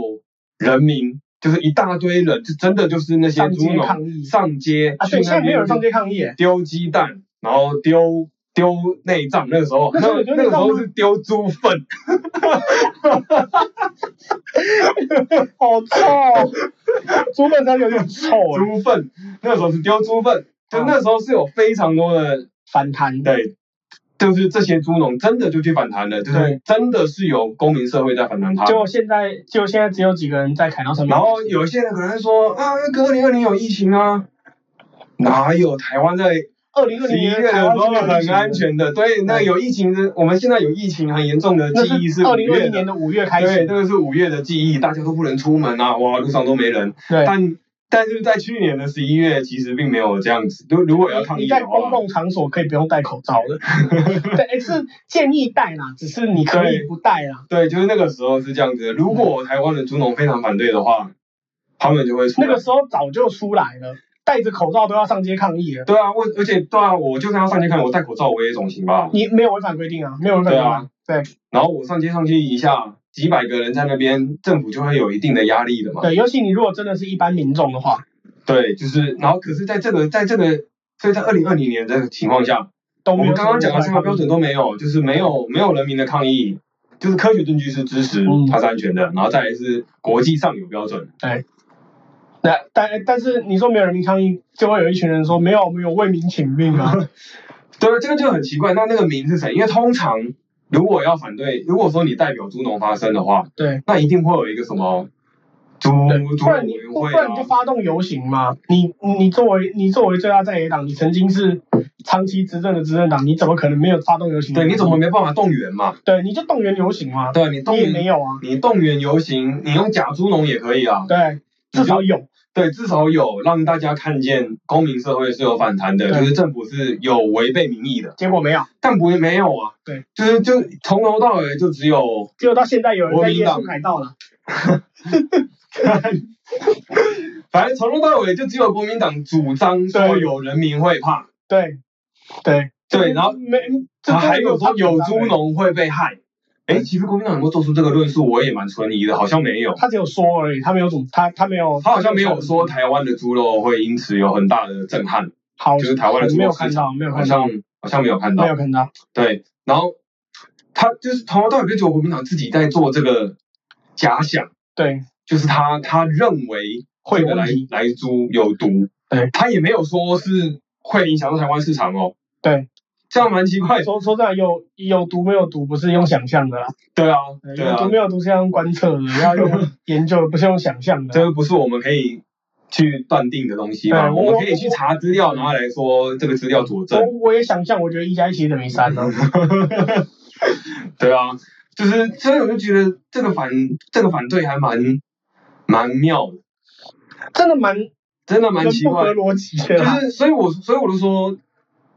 Speaker 2: 人民，就是一大堆人，就真的就是那些
Speaker 1: 上
Speaker 2: 猪
Speaker 1: 街
Speaker 2: 农
Speaker 1: 抗议
Speaker 2: 上街
Speaker 1: 啊，
Speaker 2: 去
Speaker 1: 对，现
Speaker 2: 那
Speaker 1: 在没有
Speaker 2: 边
Speaker 1: 人上街抗议耶，
Speaker 2: 丢鸡蛋，然后丢丢内脏。那个时候，
Speaker 1: 那时候有丢
Speaker 2: 那
Speaker 1: 内
Speaker 2: 个时
Speaker 1: 脏吗
Speaker 2: 候是丢猪粪，
Speaker 1: 好臭 哦，猪粪真的有点臭哎，
Speaker 2: 猪粪，那个时候是丢猪粪。就
Speaker 1: 好
Speaker 2: 那时候是有非常多的
Speaker 1: 反弹，
Speaker 2: 对，就是这些猪农真的就去反弹了，就是
Speaker 1: 对
Speaker 2: 真的是有公民社会在反弹他。
Speaker 1: 结果现在，结果现在只有几个人在凯道上面。
Speaker 2: 然后有一些人可能说啊，哥，二零二零有疫情啊，哪有台湾在
Speaker 1: 二零二
Speaker 2: 十
Speaker 1: 零
Speaker 2: 一
Speaker 1: 年
Speaker 2: 月的时
Speaker 1: 台湾
Speaker 2: 候
Speaker 1: 是没有疫情啊
Speaker 2: 很
Speaker 1: 的
Speaker 2: 安，全的？对，那有疫情的，我们现在有疫情很严重的
Speaker 1: 那
Speaker 2: 记忆
Speaker 1: 是
Speaker 2: 五
Speaker 1: 二零二
Speaker 2: 月
Speaker 1: 零年
Speaker 2: 的，
Speaker 1: 的五月开
Speaker 2: 对，
Speaker 1: 始。
Speaker 2: 这个是五月的记忆，大家都不能出门啊，哇，路上都没人。
Speaker 1: 对，
Speaker 2: 但但是在去年的十一月，其实并没有这样子。如如果要抗
Speaker 1: 你
Speaker 2: 议
Speaker 1: 在
Speaker 2: 的
Speaker 1: 公
Speaker 2: 话，
Speaker 1: 共场所可以不用戴口 罩的。对，诶是建议戴啦，只是你可以
Speaker 2: 对
Speaker 1: 不戴啦。
Speaker 2: 对，就是那个时候是这样子的。如果台湾的猪农非常反对的话，他们就会出
Speaker 1: 那
Speaker 2: 来
Speaker 1: 个时候早就出来了，戴着口罩都要上街抗议了。
Speaker 2: 对啊，我而且对啊，我就算要上街看，我戴口罩我也总行吧。
Speaker 1: 你没有违反规定啊，没有违反规定啊。对
Speaker 2: 然后我上街上去一下，几百个人在那边，政府就会有一定的压力的嘛。
Speaker 1: 对，尤其你如果真的是一般民众的话，
Speaker 2: 对，就是然后可是在这个在这个所以在二零二零年的情况下，
Speaker 1: 都
Speaker 2: 我
Speaker 1: 没有
Speaker 2: 们
Speaker 1: 什
Speaker 2: 刚
Speaker 1: 么
Speaker 2: 刚讲的
Speaker 1: 违
Speaker 2: 三
Speaker 1: 反
Speaker 2: 个
Speaker 1: 规定
Speaker 2: 标准都没有，就是没有没有人民的抗议，就是科学证据是支持
Speaker 1: 嗯
Speaker 2: 它是安全的，然后再来是国际上有标准。
Speaker 1: 那哎但但是你说没有人民抗议，就会有一群人说没 有没有为民请命啊。
Speaker 2: 对，这个就很奇怪。那那个名是谁？因为通常如果要反对，如果说你代表猪农发声的话，
Speaker 1: 对，
Speaker 2: 那一定会有一个什么猪
Speaker 1: 对
Speaker 2: 猪
Speaker 1: 不然
Speaker 2: 委
Speaker 1: 你
Speaker 2: 员
Speaker 1: 不
Speaker 2: 会
Speaker 1: 然你就
Speaker 2: 啊，
Speaker 1: 发动游行嘛。你你作为你作为最大在野党，你曾经是长期执政的执政党，你怎么可能没有发动游行？
Speaker 2: 对，你怎么没办法动员嘛？
Speaker 1: 对你就动员游行嘛？
Speaker 2: 对你动
Speaker 1: 你也没
Speaker 2: 员，
Speaker 1: 有啊。
Speaker 2: 你动员游行，你用假猪农也可以啊。
Speaker 1: 对，至少有。
Speaker 2: 对，至少有让大家看见公民社会是有反弹的，
Speaker 1: 对
Speaker 2: 就是政府是有违背民意的，
Speaker 1: 结果没有，
Speaker 2: 但不没有啊。
Speaker 1: 对，
Speaker 2: 就是就从头到尾就只有，
Speaker 1: 结果到现在有人
Speaker 2: 国
Speaker 1: 在
Speaker 2: 民
Speaker 1: 夜
Speaker 2: 党
Speaker 1: 宿凯道了。
Speaker 2: 反正从头到尾就只有国民党主张说
Speaker 1: 对
Speaker 2: 有人民会怕，
Speaker 1: 对，对，
Speaker 2: 对，然后
Speaker 1: 没，这
Speaker 2: 然后还有说有
Speaker 1: 猪
Speaker 2: 猪，农会被害。哎，其实国民党能够做出这个论述，我也蛮存疑的，好像没有。
Speaker 1: 他只有说而已，他没有怎么，他他没有，
Speaker 2: 他好像没有说台湾的猪肉会因此有很大的震撼，
Speaker 1: 好，
Speaker 2: 就是台湾的猪
Speaker 1: 没
Speaker 2: 肉
Speaker 1: 有
Speaker 2: 市
Speaker 1: 看
Speaker 2: 场
Speaker 1: 到，没有
Speaker 2: 好
Speaker 1: 看到，
Speaker 2: 像好像没有看到
Speaker 1: 没。有看到，
Speaker 2: 对，然后他就是从头到尾就觉得国民党自己在做这个假想，
Speaker 1: 对
Speaker 2: 就是他他认为
Speaker 1: 会
Speaker 2: 会
Speaker 1: 有
Speaker 2: 的
Speaker 1: 问
Speaker 2: 来
Speaker 1: 题
Speaker 2: 来猪有毒，
Speaker 1: 对
Speaker 2: 他也没有说是会影响到台湾市场哦，
Speaker 1: 对。
Speaker 2: 这样蛮奇怪的。
Speaker 1: 说说真的，有有毒没有毒不是用想象的啦，
Speaker 2: 对啊，对
Speaker 1: 有
Speaker 2: 啊
Speaker 1: 毒，没有毒是要用观测的，要 用研究的，不是用想象的。
Speaker 2: 这个不是我们可以去断定的东西
Speaker 1: 对
Speaker 2: 嘛，我
Speaker 1: 我
Speaker 2: 们可以去查资料，然后来说这个资料佐证
Speaker 1: 我。我也想象，我觉得一加一其实等于三啊 呢。
Speaker 2: 对啊，就是所以我就觉得这个反这个反对还蛮蛮妙的，
Speaker 1: 真的蛮
Speaker 2: 真的
Speaker 1: 蛮
Speaker 2: 蛮奇
Speaker 1: 不
Speaker 2: 怪
Speaker 1: 合
Speaker 2: 的。
Speaker 1: 逻辑的
Speaker 2: 就
Speaker 1: 啦。
Speaker 2: 是所以我所以我就说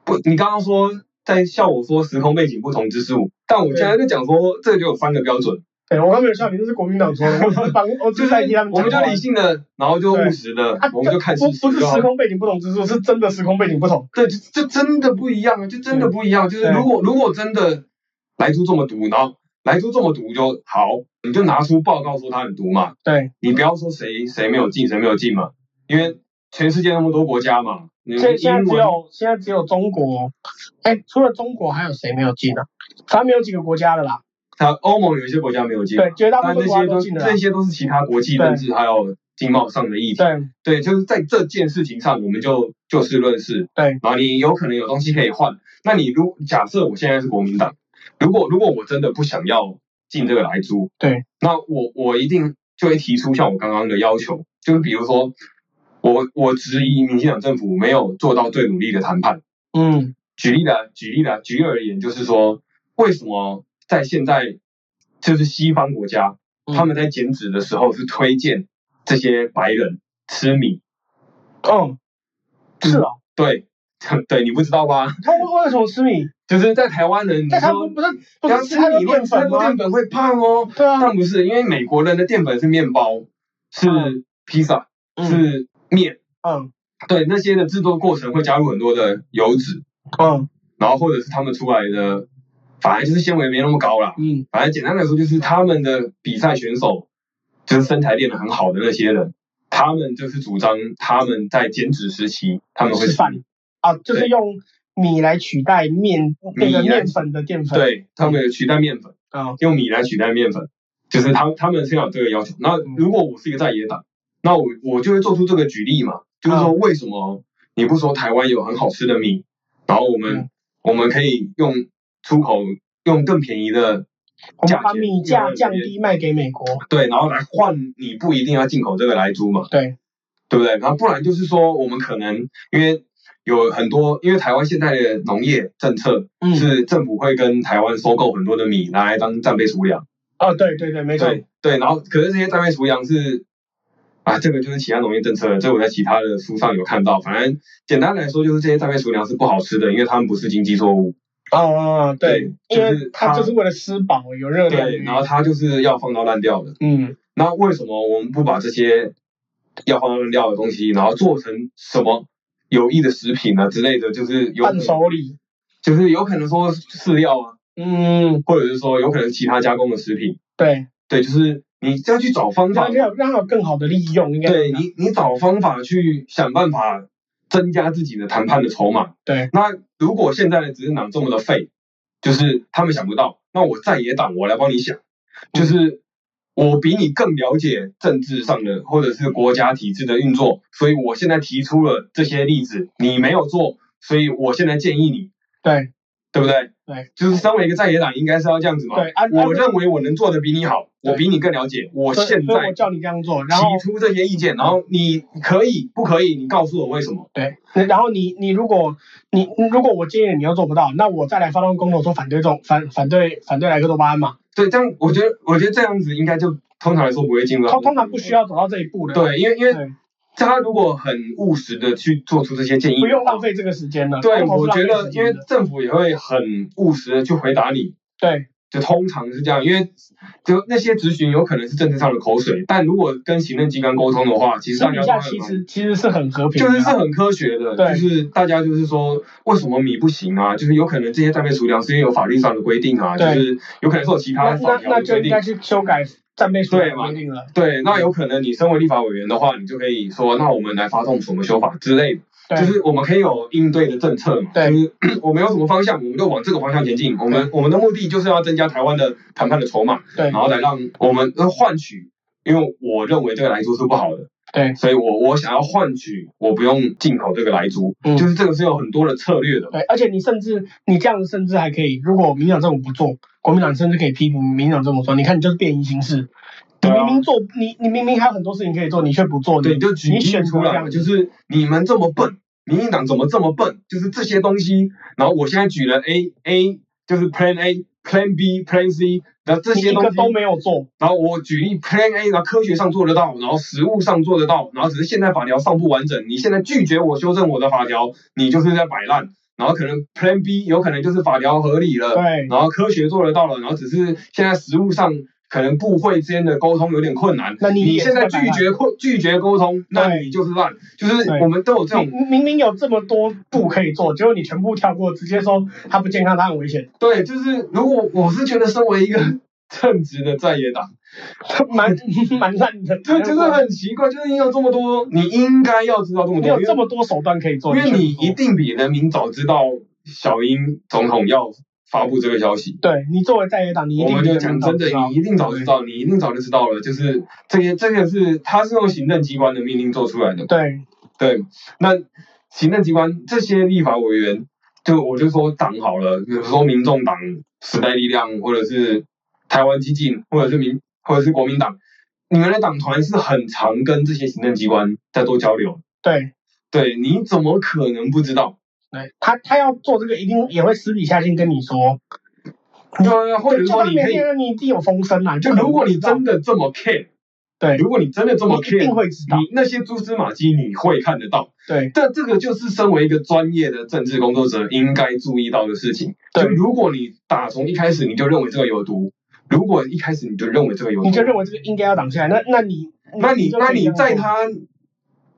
Speaker 2: 不，你刚刚说在笑我说时空背景不同之处，但我现在就讲说这就有三个标准，
Speaker 1: 对，我刚没有笑你，这是国民党说的，我只是帮，我只
Speaker 2: 就是是
Speaker 1: 在替他们
Speaker 2: 我
Speaker 1: 讲
Speaker 2: 们
Speaker 1: 话
Speaker 2: 就理性的，然后就务实的
Speaker 1: 啊，，
Speaker 2: 我们就看事
Speaker 1: 不
Speaker 2: 实
Speaker 1: 不是
Speaker 2: 就好
Speaker 1: 时。空背景不同之处，是真的时空背景不同。
Speaker 2: 对，就就真的不一样啊，就真的不一样。就是
Speaker 1: 对
Speaker 2: 如果如果真的莱猪这么毒，然后莱猪这么毒就好，你就拿出报告说它很毒嘛，
Speaker 1: 对，
Speaker 2: 你不要说谁谁没有进谁没有进嘛，因为全世界那么多国家嘛，你
Speaker 1: 现现在
Speaker 2: 英
Speaker 1: 只
Speaker 2: 文
Speaker 1: 有现在只有中国，哎，除了中国还有谁没有进啊？反正没有几个国家的啦。
Speaker 2: 它欧盟有一些国家没有进嘛，
Speaker 1: 对，绝大部
Speaker 2: 但
Speaker 1: 分国
Speaker 2: 那
Speaker 1: 家
Speaker 2: 些
Speaker 1: 都
Speaker 2: 都
Speaker 1: 进了啦
Speaker 2: 这。些都是其他国际政治还有经贸上的议题。
Speaker 1: 对
Speaker 2: 对，就是在这件事情上，我们就就事论事。
Speaker 1: 对，
Speaker 2: 然后你有可能有东西可以换。那你如假设我现在是国民党，如果如果我真的不想要进这个来租，
Speaker 1: 对，
Speaker 2: 那我我一定就会提出像我刚刚的要求，就是比如说，我我质疑民进党政府没有做到最努力的谈判。
Speaker 1: 嗯，
Speaker 2: 举例来举例来举例而言，就是说，为什么在现在就是西方国家，
Speaker 1: 嗯
Speaker 2: 他们在减脂的时候是推荐这些白人吃米？哦
Speaker 1: 嗯，是
Speaker 2: 嗯
Speaker 1: 啊，
Speaker 2: 对， 对你不知道吧？
Speaker 1: 他为为什么吃米？
Speaker 2: 就是在台湾人，你
Speaker 1: 但他
Speaker 2: 说
Speaker 1: 们不是不
Speaker 2: 要
Speaker 1: 是
Speaker 2: 吃
Speaker 1: 吃太多
Speaker 2: 米会
Speaker 1: 淀
Speaker 2: 吃太
Speaker 1: 粉
Speaker 2: 多
Speaker 1: 吗？
Speaker 2: 淀粉会胖哦，
Speaker 1: 对啊，
Speaker 2: 但不是，因为美国人的淀粉是面包、是
Speaker 1: 嗯
Speaker 2: 披萨、
Speaker 1: 嗯
Speaker 2: 是面，
Speaker 1: 嗯
Speaker 2: 对那些的制作过程会加入很多的油脂，
Speaker 1: 嗯
Speaker 2: 然后或者是他们出来的，反正就是纤维没那么高啦。
Speaker 1: 嗯
Speaker 2: 反正简单来说，就是他们的比赛选手，就是身材练得很好的那些人，他们就是主张他们在减脂时期他们会
Speaker 1: 吃饭啊，就是
Speaker 2: 对
Speaker 1: 用米来取代面那个
Speaker 2: 米来
Speaker 1: 面粉的淀粉。，
Speaker 2: 对他们有取代面粉。
Speaker 1: 嗯
Speaker 2: 用米来取代面粉，就是他他们是要有这个要求。那
Speaker 1: 嗯
Speaker 2: 如果我是一个在野党，那我我就会做出这个举例嘛，就是
Speaker 1: 嗯
Speaker 2: 说为什么你不说台湾有很好吃的米，然后我们、
Speaker 1: 嗯
Speaker 2: 我们可以用出口用更便宜的
Speaker 1: 我
Speaker 2: 价
Speaker 1: 们把
Speaker 2: 钱
Speaker 1: 米
Speaker 2: 用
Speaker 1: 价
Speaker 2: 更
Speaker 1: 降
Speaker 2: 便宜
Speaker 1: 低卖给美国。
Speaker 2: 对，然后来换你不一定要进口这个来猪嘛，
Speaker 1: 对，
Speaker 2: 对不对？然后不然就是说我们可能因为有很多，因为台湾现在的农业政策
Speaker 1: 嗯，
Speaker 2: 是政府会跟台湾收购很多的米，拿来当战备储粮。
Speaker 1: 哦，对对对，没错，
Speaker 2: 对对，然后可是这些战备储粮是啊，这个就是其他农业政策了，这我在其他的书上有看到。反正简单来说，就是这些战备储粮是不好吃的，因为他们不是经济作物。
Speaker 1: 哦，对因
Speaker 2: 对，就是
Speaker 1: 为它
Speaker 2: 它
Speaker 1: 就是为了吃饱有热量，
Speaker 2: 对，然后它就是要放到烂掉的。
Speaker 1: 嗯，
Speaker 2: 那为什么我们不把这些要放到烂掉的东西，然后做成什么有益的食品啊之类的？就是有可
Speaker 1: 伴
Speaker 2: 能，
Speaker 1: 手礼，
Speaker 2: 就是有可能说饲料啊，
Speaker 1: 嗯，
Speaker 2: 或者是说有可能其他加工的食品。
Speaker 1: 对，
Speaker 2: 对，就是你要去找方法
Speaker 1: 让它有让它有更好的利用，应该
Speaker 2: 对你，你找方法去想办法增加自己的谈判的筹码。
Speaker 1: 对，
Speaker 2: 那如果现在的执政党这么的废，就是他们想不到，那我在野党我来帮你想，
Speaker 1: 嗯
Speaker 2: 就是我比你更了解政治上的或者是国家体制的运作，所以我现在提出了这些例子，你没有做，所以我现在建议你
Speaker 1: 对
Speaker 2: 对不对？
Speaker 1: 对，
Speaker 2: 就是身为一个在野党，应该是要这样子嘛。
Speaker 1: 对啊啊
Speaker 2: 我认为我能做的比你好，
Speaker 1: 对
Speaker 2: 我比你更了解，我
Speaker 1: 所以
Speaker 2: 现
Speaker 1: 所以我
Speaker 2: 在
Speaker 1: 叫你这样做，然后
Speaker 2: 提出这些意见，然后你可以不可以？你告诉我为什么？
Speaker 1: 对，然后你你如果你如果我建议你又做不到，那我再来发动公投说反对这种反反对反对莱克多巴胺嘛，
Speaker 2: 对，这样我觉得，我觉得这样子应该就通常来说不会进入到。
Speaker 1: 通通常不需。要走到这一步的，
Speaker 2: 对，因为因为
Speaker 1: 对，
Speaker 2: 他如果很务实的去做出这些建议，
Speaker 1: 不用浪。费这个时间了。
Speaker 2: 对，
Speaker 1: 公投
Speaker 2: 我
Speaker 1: 是浪费时
Speaker 2: 觉得因
Speaker 1: 间
Speaker 2: 为
Speaker 1: 的
Speaker 2: 政府也会很务实的去回答你，
Speaker 1: 对
Speaker 2: 就通常是这样，因为就那些咨询有可能是政治上的口水，但如果跟行政机关沟通的话，其实
Speaker 1: 私
Speaker 2: 大家
Speaker 1: 底
Speaker 2: 都
Speaker 1: 下
Speaker 2: 很
Speaker 1: 其实其实是很和平
Speaker 2: 就
Speaker 1: 的啊，
Speaker 2: 是是很科学的，
Speaker 1: 对
Speaker 2: 就是大家就是说，为什么米不行啊？就是有可能这些战备储粮是因为有法律上的规定啊，就
Speaker 1: 对
Speaker 2: 是有可能是有其他
Speaker 1: 那
Speaker 2: 法
Speaker 1: 那
Speaker 2: 条
Speaker 1: 那
Speaker 2: 的
Speaker 1: 就
Speaker 2: 规
Speaker 1: 应
Speaker 2: 定
Speaker 1: 该。去修改战备署
Speaker 2: 对
Speaker 1: 的
Speaker 2: 嘛
Speaker 1: 规定了。
Speaker 2: 对，那有可能你身为立法委员的话，你就可以说，那我们来发动什么修法之类的，
Speaker 1: 对，
Speaker 2: 就是我们可以有应对的政策嘛。
Speaker 1: 对
Speaker 2: 就是 我们有什么方向，我们就往这个方向前进。我们我们的目的就是要增加台湾的谈判的筹码，
Speaker 1: 对
Speaker 2: 然后来让我们呃换取，因为我认为这个来猪是不好的，
Speaker 1: 对
Speaker 2: 所以我我想要换取我不用进口这个来猪，
Speaker 1: 嗯
Speaker 2: 就是这个是有很多的策略的。
Speaker 1: 对，而且你甚至你这样甚至还可以，如果民进党政府不做，国民党甚至可以批评民进党政府说，你看你就是便宜行事，你
Speaker 2: 对啊
Speaker 1: 明明做你你明明还有很多事情可以做，你却不做，
Speaker 2: 对，
Speaker 1: 你
Speaker 2: 你就
Speaker 1: 嗯
Speaker 2: 举
Speaker 1: 你
Speaker 2: 例
Speaker 1: 选择
Speaker 2: 出
Speaker 1: 这
Speaker 2: 来
Speaker 1: 样
Speaker 2: 嘛，
Speaker 1: 子
Speaker 2: 就是你们这么笨，民进党怎么这么笨？就是这些东西，然后我现在举了 A A，就是 Plan A、Plan B、Plan C，然后这
Speaker 1: 你
Speaker 2: 些
Speaker 1: 一
Speaker 2: 东
Speaker 1: 个
Speaker 2: 西
Speaker 1: 都没有做，
Speaker 2: 然后我举例 Plan A，然后科学上做得到，然后实物上做得到，然后只是现在法条上不完整，你现在拒绝我修正我的法条，你就是在摆烂。然后可能 Plan B 有可能就是法条合理了，
Speaker 1: 对
Speaker 2: 然后科学做得到了，然后只是现在实物上可能部会之间的沟通有点困难。
Speaker 1: 那你
Speaker 2: 你
Speaker 1: 也
Speaker 2: 现
Speaker 1: 是
Speaker 2: 在
Speaker 1: 在
Speaker 2: 拒绝沟拒绝沟通，那
Speaker 1: 对
Speaker 2: 你就是烂，就是
Speaker 1: 对
Speaker 2: 我们都有这
Speaker 1: 你
Speaker 2: 种
Speaker 1: 明明明有这么多步可以做，结果你全部跳过，直接说它不健康，它很危险，
Speaker 2: 对，就是如果我是觉得身为一个正直的在野党，
Speaker 1: 蛮蛮烂的。
Speaker 2: 对，就是很奇怪，就是你有这么多，你应该要知道这么
Speaker 1: 你
Speaker 2: 多，
Speaker 1: 有
Speaker 2: 因
Speaker 1: 这
Speaker 2: 为
Speaker 1: 么多手段可以做，
Speaker 2: 因为
Speaker 1: 却不
Speaker 2: 你
Speaker 1: 做
Speaker 2: 一定比人民早知道小英总统要发布这个消息。
Speaker 1: 对你作为在野党，你一
Speaker 2: 我
Speaker 1: 定
Speaker 2: 们
Speaker 1: 比
Speaker 2: 就
Speaker 1: 人
Speaker 2: 讲
Speaker 1: 民早
Speaker 2: 真的，
Speaker 1: 知道
Speaker 2: 你一定早知道，你一定早就知道了。就是这些，这个是他是用行政机关的命令做出来的。
Speaker 1: 对
Speaker 2: 对，那行政机关这些立法委员，就我就说党好了，比如说民众党、时代力量，或者是台湾激进，或者是民，或者是国民党，你们的党团是很常跟这些行政机关在做交流。
Speaker 1: 对。
Speaker 2: 对，你怎么可能不知道？
Speaker 1: 对他，他要做这个，一定也会私底下先跟你说。
Speaker 2: 对，啊或者是
Speaker 1: 就
Speaker 2: 说
Speaker 1: 他
Speaker 2: 你
Speaker 1: 没
Speaker 2: 可以
Speaker 1: 信，任你一定有风声啊。
Speaker 2: 就如果你真
Speaker 1: 的
Speaker 2: 的这么 care，
Speaker 1: 对，
Speaker 2: 如果你真的这么
Speaker 1: 你一
Speaker 2: care，
Speaker 1: 定会知道。
Speaker 2: 你那些蛛丝马迹你会看得到。
Speaker 1: 对
Speaker 2: 但这个就是身为一个专业的政治工作者应该注意到的事情。
Speaker 1: 对
Speaker 2: 就如果你打从一开始你就认为这个有毒，如果一开始你就认为这个有毒，
Speaker 1: 你就认为这个应该要挡下来，那那你
Speaker 2: 那你
Speaker 1: 就
Speaker 2: 那
Speaker 1: 可以
Speaker 2: 你
Speaker 1: 这样
Speaker 2: 在
Speaker 1: 做
Speaker 2: 他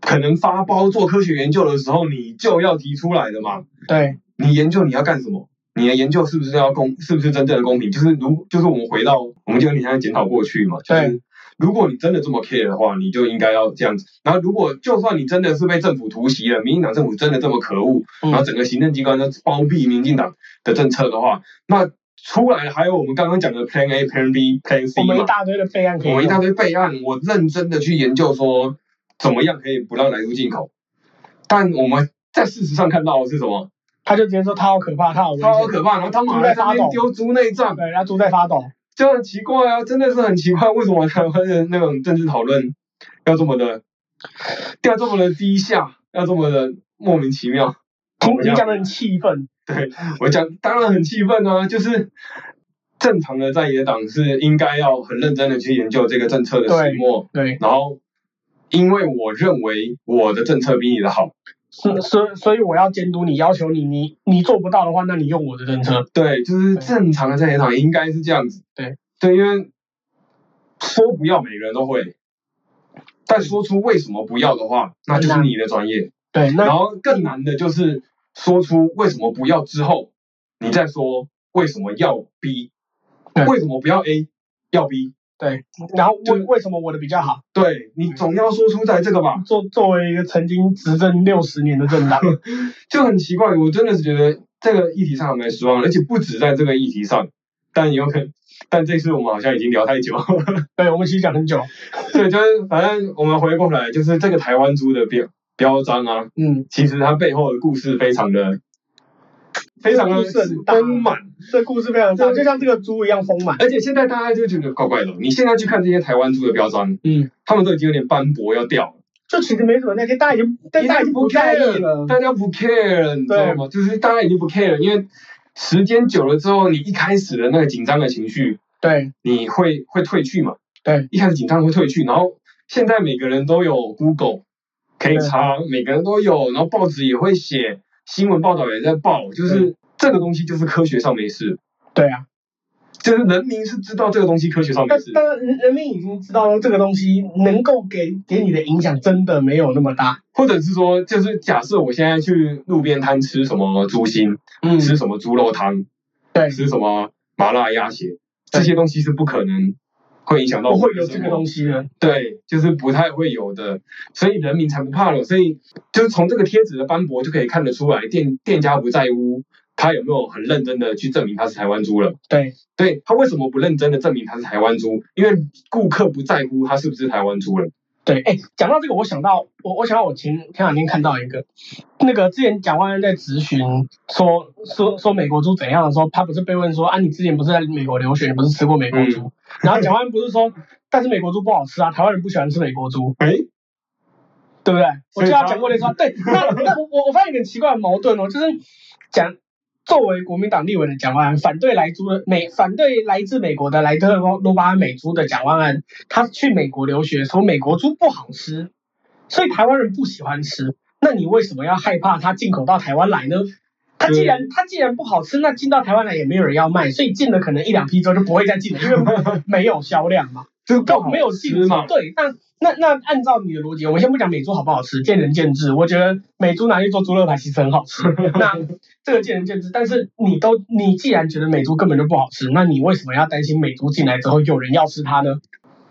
Speaker 2: 可能发包做科学研究的时候，你就要提出来的嘛。
Speaker 1: 对
Speaker 2: 你研究你要干什么？你的研究是不是要公？是不是真正的公平？就是如就是我们回到我们就有点像检讨过去嘛，就是
Speaker 1: 对
Speaker 2: 如果你真的这么 care 的话，你就应该要这样子。然后如果就算你真的是被政府突袭了，民进党政府真的这么可恶，
Speaker 1: 嗯
Speaker 2: 然后整个行政机关都包庇民进党的政策的话，那出来还有我们刚刚讲的 Plan A、Plan B、Plan C
Speaker 1: 我们一
Speaker 2: 嘛，
Speaker 1: 大堆的备案可以
Speaker 2: 我
Speaker 1: 用，
Speaker 2: 们一大堆备案，我认真的去研究说怎么样可以不让来猪进口，但我们在事实上看到的是什么？
Speaker 1: 他就直接说他好可怕，他好危
Speaker 2: 他好
Speaker 1: 险，
Speaker 2: 可怕，然后他马上在那边丢猪内脏，
Speaker 1: 对，然后猪在 发抖，
Speaker 2: 就很奇怪啊，真的是很奇怪，为什么台湾的那种政治讨论要这么的，要这么的低下，要这么的莫名其妙？
Speaker 1: 听你讲的很气愤，
Speaker 2: 我讲当然很气愤啊，就是正常的在野党是应该要很认真的去研究这个政策的始末，
Speaker 1: 对，
Speaker 2: 然后因为我认为我的政策比你的好，
Speaker 1: 所所所以我要监督你，要求你，你你做不到的话，那你用我的政策，
Speaker 2: 对，就是正常的在野党应该是这样子，
Speaker 1: 对
Speaker 2: 对，因为说不要每个人都会。但说出为什么不要的话，那就是你的专业。
Speaker 1: 对，那
Speaker 2: 然后更难的就是说出为什么不要之后，你再说为什么要 B，
Speaker 1: 对
Speaker 2: 为什么不要 A，要 B，
Speaker 1: 对，然后
Speaker 2: 就
Speaker 1: 为为什么我的比较好？
Speaker 2: 对你总要说出在这个吧，
Speaker 1: 作作为一个曾经执政六十年的政 党，
Speaker 2: 就很奇怪。我真的是觉得这个议题上还蛮失望的，而且不止在这个议题上，但有可能，但这次我们好像已经聊太久了。
Speaker 1: 对我们其实讲很久，
Speaker 2: 对，就是反正我们回过来，就是这个台湾猪的标标章啊，
Speaker 1: 嗯，
Speaker 2: 其实它背后的故事非常的非常的
Speaker 1: 故事很大
Speaker 2: 丰满。
Speaker 1: 这故事非常大，就像这个猪一样丰满。
Speaker 2: 而且现在大家就觉得怪怪的，你现在去看这些台湾猪的标章，
Speaker 1: 嗯，
Speaker 2: 他们都已经有点斑驳要掉了，
Speaker 1: 就其实没什么那些，大家已经但大家已经不在意了。
Speaker 2: 大家不 care 了，你知道吗？就是大家已经不 care 了，因为时间久了之后，你一开始的那个紧张的情绪，
Speaker 1: 对
Speaker 2: 你会会退去嘛？
Speaker 1: 对，
Speaker 2: 一开始紧张会退去，然后现在每个人都有 Google 可以查，每个人都有，然后报纸也会写，新闻报道也在报，就是这个东西就是科学上没事，
Speaker 1: 对啊，
Speaker 2: 就是人民是知道这个东西科学上没
Speaker 1: 但
Speaker 2: 事，
Speaker 1: 但人人民已经知道这个东西能够给给你的影响真的没有那么大。
Speaker 2: 或者是说，就是假设我现在去路边摊吃什么猪心，
Speaker 1: 嗯
Speaker 2: 吃什么猪肉汤，
Speaker 1: 对
Speaker 2: 吃什么麻辣鸭血，这些东西是不可能会影响到
Speaker 1: 不
Speaker 2: 我
Speaker 1: 会
Speaker 2: 的
Speaker 1: 有
Speaker 2: 生
Speaker 1: 这个
Speaker 2: 活
Speaker 1: 东西的。
Speaker 2: 对，就是不太会有的，所以人民才不怕了。所以就是从这个贴纸的斑驳就可以看得出来，店店家不在乎他有没有很认真的去证明他是台湾猪了。
Speaker 1: 对
Speaker 2: 对他为什么不认真的证明他是台湾猪？因为顾客不在乎他是不是台湾猪了。
Speaker 1: 对，哎，讲到这个，我想到我我想到我前前两天看到一个，那个之前蒋万安在咨询说说说美国猪怎样的时候，他不是被问说啊，你之前不是在美国留学，你不是吃过美国猪？然后蒋万安不是说，但是美国猪不好吃啊，台湾人不喜欢吃美国猪。
Speaker 2: 哎，
Speaker 1: 对不对？我
Speaker 2: 所以
Speaker 1: 就要
Speaker 2: 他
Speaker 1: 讲过类似 话。对，那那我我我发现有点奇怪的矛盾哦，就是讲作为国民党立委的蒋万安反对来租的美反对来自美国的莱特罗巴美猪的蒋万安，他去美国留学说美国猪不好吃，所以台湾人不喜欢吃。那你为什么要害怕它进口到台湾来呢？它既然它既然不好吃，那进到台湾来也没有人要卖，所以进了可能一两批之后就不会再进了，因为没有销量嘛。
Speaker 2: 就是不
Speaker 1: 就
Speaker 2: 好
Speaker 1: 没有竞
Speaker 2: 吃
Speaker 1: 争
Speaker 2: 嘛。
Speaker 1: 对，那那那按照你的逻辑，我们先不讲美猪好不好吃，见仁见智。我觉得美猪拿去做猪肉排其实很 好吃，那这个见仁见智。但是你都你既然觉得美猪根本就不好吃，那你为什么要担心美猪进来之后有人要吃它呢？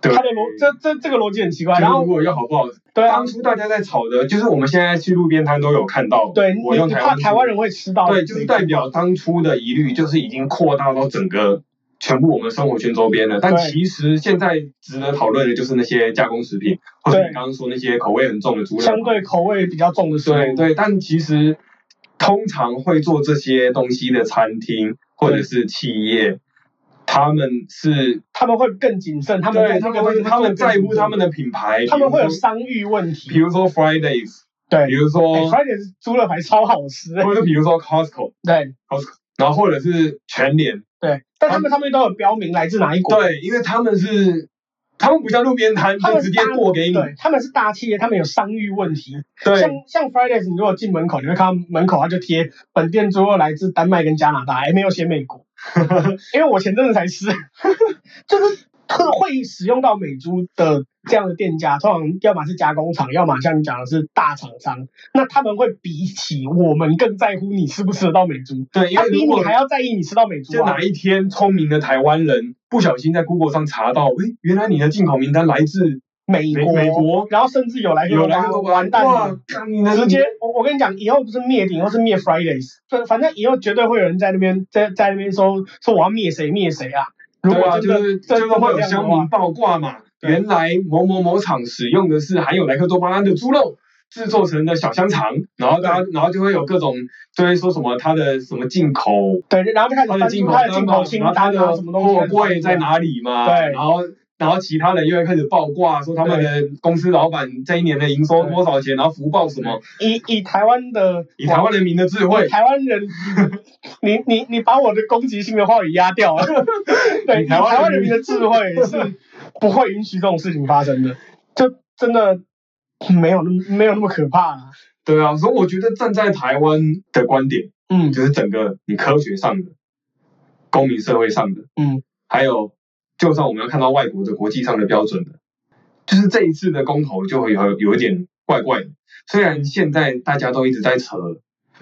Speaker 2: 对
Speaker 1: 它的逻这这这个逻辑很奇怪。
Speaker 2: 然
Speaker 1: 然
Speaker 2: 后如
Speaker 1: 后
Speaker 2: 果要好不好？
Speaker 1: 对啊
Speaker 2: 当，初大家在炒的，就是我们现在去路边摊都有看到。
Speaker 1: 对你
Speaker 2: 我用
Speaker 1: 你怕台湾
Speaker 2: 人。
Speaker 1: 人会吃到，
Speaker 2: 对，就是代表当初的疑虑，就是已经扩大到整个全部我们生活圈周边了。但
Speaker 1: 对
Speaker 2: 其实现在值得讨论的就是那些加工食品，或者
Speaker 1: 对
Speaker 2: 你刚刚说那些口味很重的猪肉。
Speaker 1: 相对口味比较重的食物。
Speaker 2: 对对，但其实通常会做这些东西的餐厅或者是企业，他们是
Speaker 1: 他们会更谨慎，他们
Speaker 2: 对
Speaker 1: 在
Speaker 2: 他
Speaker 1: 这个
Speaker 2: 们会
Speaker 1: 东西
Speaker 2: 他们在乎他们
Speaker 1: 的，
Speaker 2: 的品牌，
Speaker 1: 他们会有
Speaker 2: 比如说
Speaker 1: 商誉问
Speaker 2: 比
Speaker 1: 题。
Speaker 2: 如说 Fridays，
Speaker 1: 对哎
Speaker 2: 比，如说
Speaker 1: 快点猪肉排超好吃。
Speaker 2: 或者比如说 Costco，
Speaker 1: 对，
Speaker 2: 然后或者是全联。
Speaker 1: 对，但他们上面都有标明来自哪一国。
Speaker 2: 对，因为他们是，他们不像路边摊，
Speaker 1: 他
Speaker 2: 就
Speaker 1: 们
Speaker 2: 直
Speaker 1: 是
Speaker 2: 接
Speaker 1: 大
Speaker 2: 过给你。
Speaker 1: 对，他们是大企业，他们有商誉问题。像
Speaker 2: 对
Speaker 1: 像 Fridays，你如果进门口，你会看到门口它就贴本店猪肉来自丹麦跟加拿大，哎，没有写美 国，因为我前阵子才吃， 就是特会使用到美猪的这样的店家，通常要么是加工厂，要么像你讲的是大厂商，那他们会比起我们更在乎你吃不吃得到美猪，
Speaker 2: 对，因
Speaker 1: 他
Speaker 2: 为
Speaker 1: 比
Speaker 2: 如
Speaker 1: 你
Speaker 2: 果
Speaker 1: 还要在意你吃到美猪
Speaker 2: 就
Speaker 1: 啊
Speaker 2: 哪。一天聪明的台湾人不小心在 Google 上查到，诶，原来你的进口名单来自
Speaker 1: 美
Speaker 2: 美
Speaker 1: 国，
Speaker 2: 美国
Speaker 1: 然后甚至有来
Speaker 2: 有来
Speaker 1: 巴
Speaker 2: 自多巴
Speaker 1: 完蛋了。
Speaker 2: 哇，干你的
Speaker 1: 直接，我我跟你讲，以后不是灭顶，以后是灭 Fridays，反反正以后绝对会有人在那边在在那边说说我要灭谁灭谁啊！如
Speaker 2: 对
Speaker 1: 果
Speaker 2: 啊，
Speaker 1: 真
Speaker 2: 就
Speaker 1: 的、
Speaker 2: 是就
Speaker 1: 真
Speaker 2: 是
Speaker 1: 的
Speaker 2: 会
Speaker 1: 会
Speaker 2: 有
Speaker 1: 这样的
Speaker 2: 乡
Speaker 1: 话
Speaker 2: 民，爆挂嘛。
Speaker 1: 对
Speaker 2: 原来某某某厂使用的是含有莱克多巴胺的猪肉制作成的小香肠，然后大家然后就会有各种就会说什么它的什么进口
Speaker 1: 对，然后就开始
Speaker 2: 它
Speaker 1: 翻
Speaker 2: 的
Speaker 1: 出
Speaker 2: 进口
Speaker 1: 他的
Speaker 2: 单
Speaker 1: 进
Speaker 2: 嘛
Speaker 1: 口，清
Speaker 2: 然后它
Speaker 1: 单啊，
Speaker 2: 的
Speaker 1: 什么东西
Speaker 2: 货柜在？哪里嘛？
Speaker 1: 对
Speaker 2: 然后然后其他人又会开始爆挂，说他们的公司老板这一年的营收多少钱，然后福报什么，
Speaker 1: 以以台湾的
Speaker 2: 以台湾人民的智慧，
Speaker 1: 台湾 人，你你你把我的攻击性的话语压掉 了。对，
Speaker 2: 以
Speaker 1: 以
Speaker 2: 台
Speaker 1: 台
Speaker 2: 湾
Speaker 1: 湾人
Speaker 2: 人
Speaker 1: 民的智慧 是不会允许这种事情发生的，就真的没有那么没有那么可怕、啊。
Speaker 2: 对啊，所以我觉得站在台湾的观点，
Speaker 1: 嗯
Speaker 2: 就是整个你科学上的、公民社会上的，
Speaker 1: 嗯，
Speaker 2: 还有就算我们要看到外国的国际上的标准的，就是这一次的公投就会有有一点怪怪的。虽然现在大家都一直在扯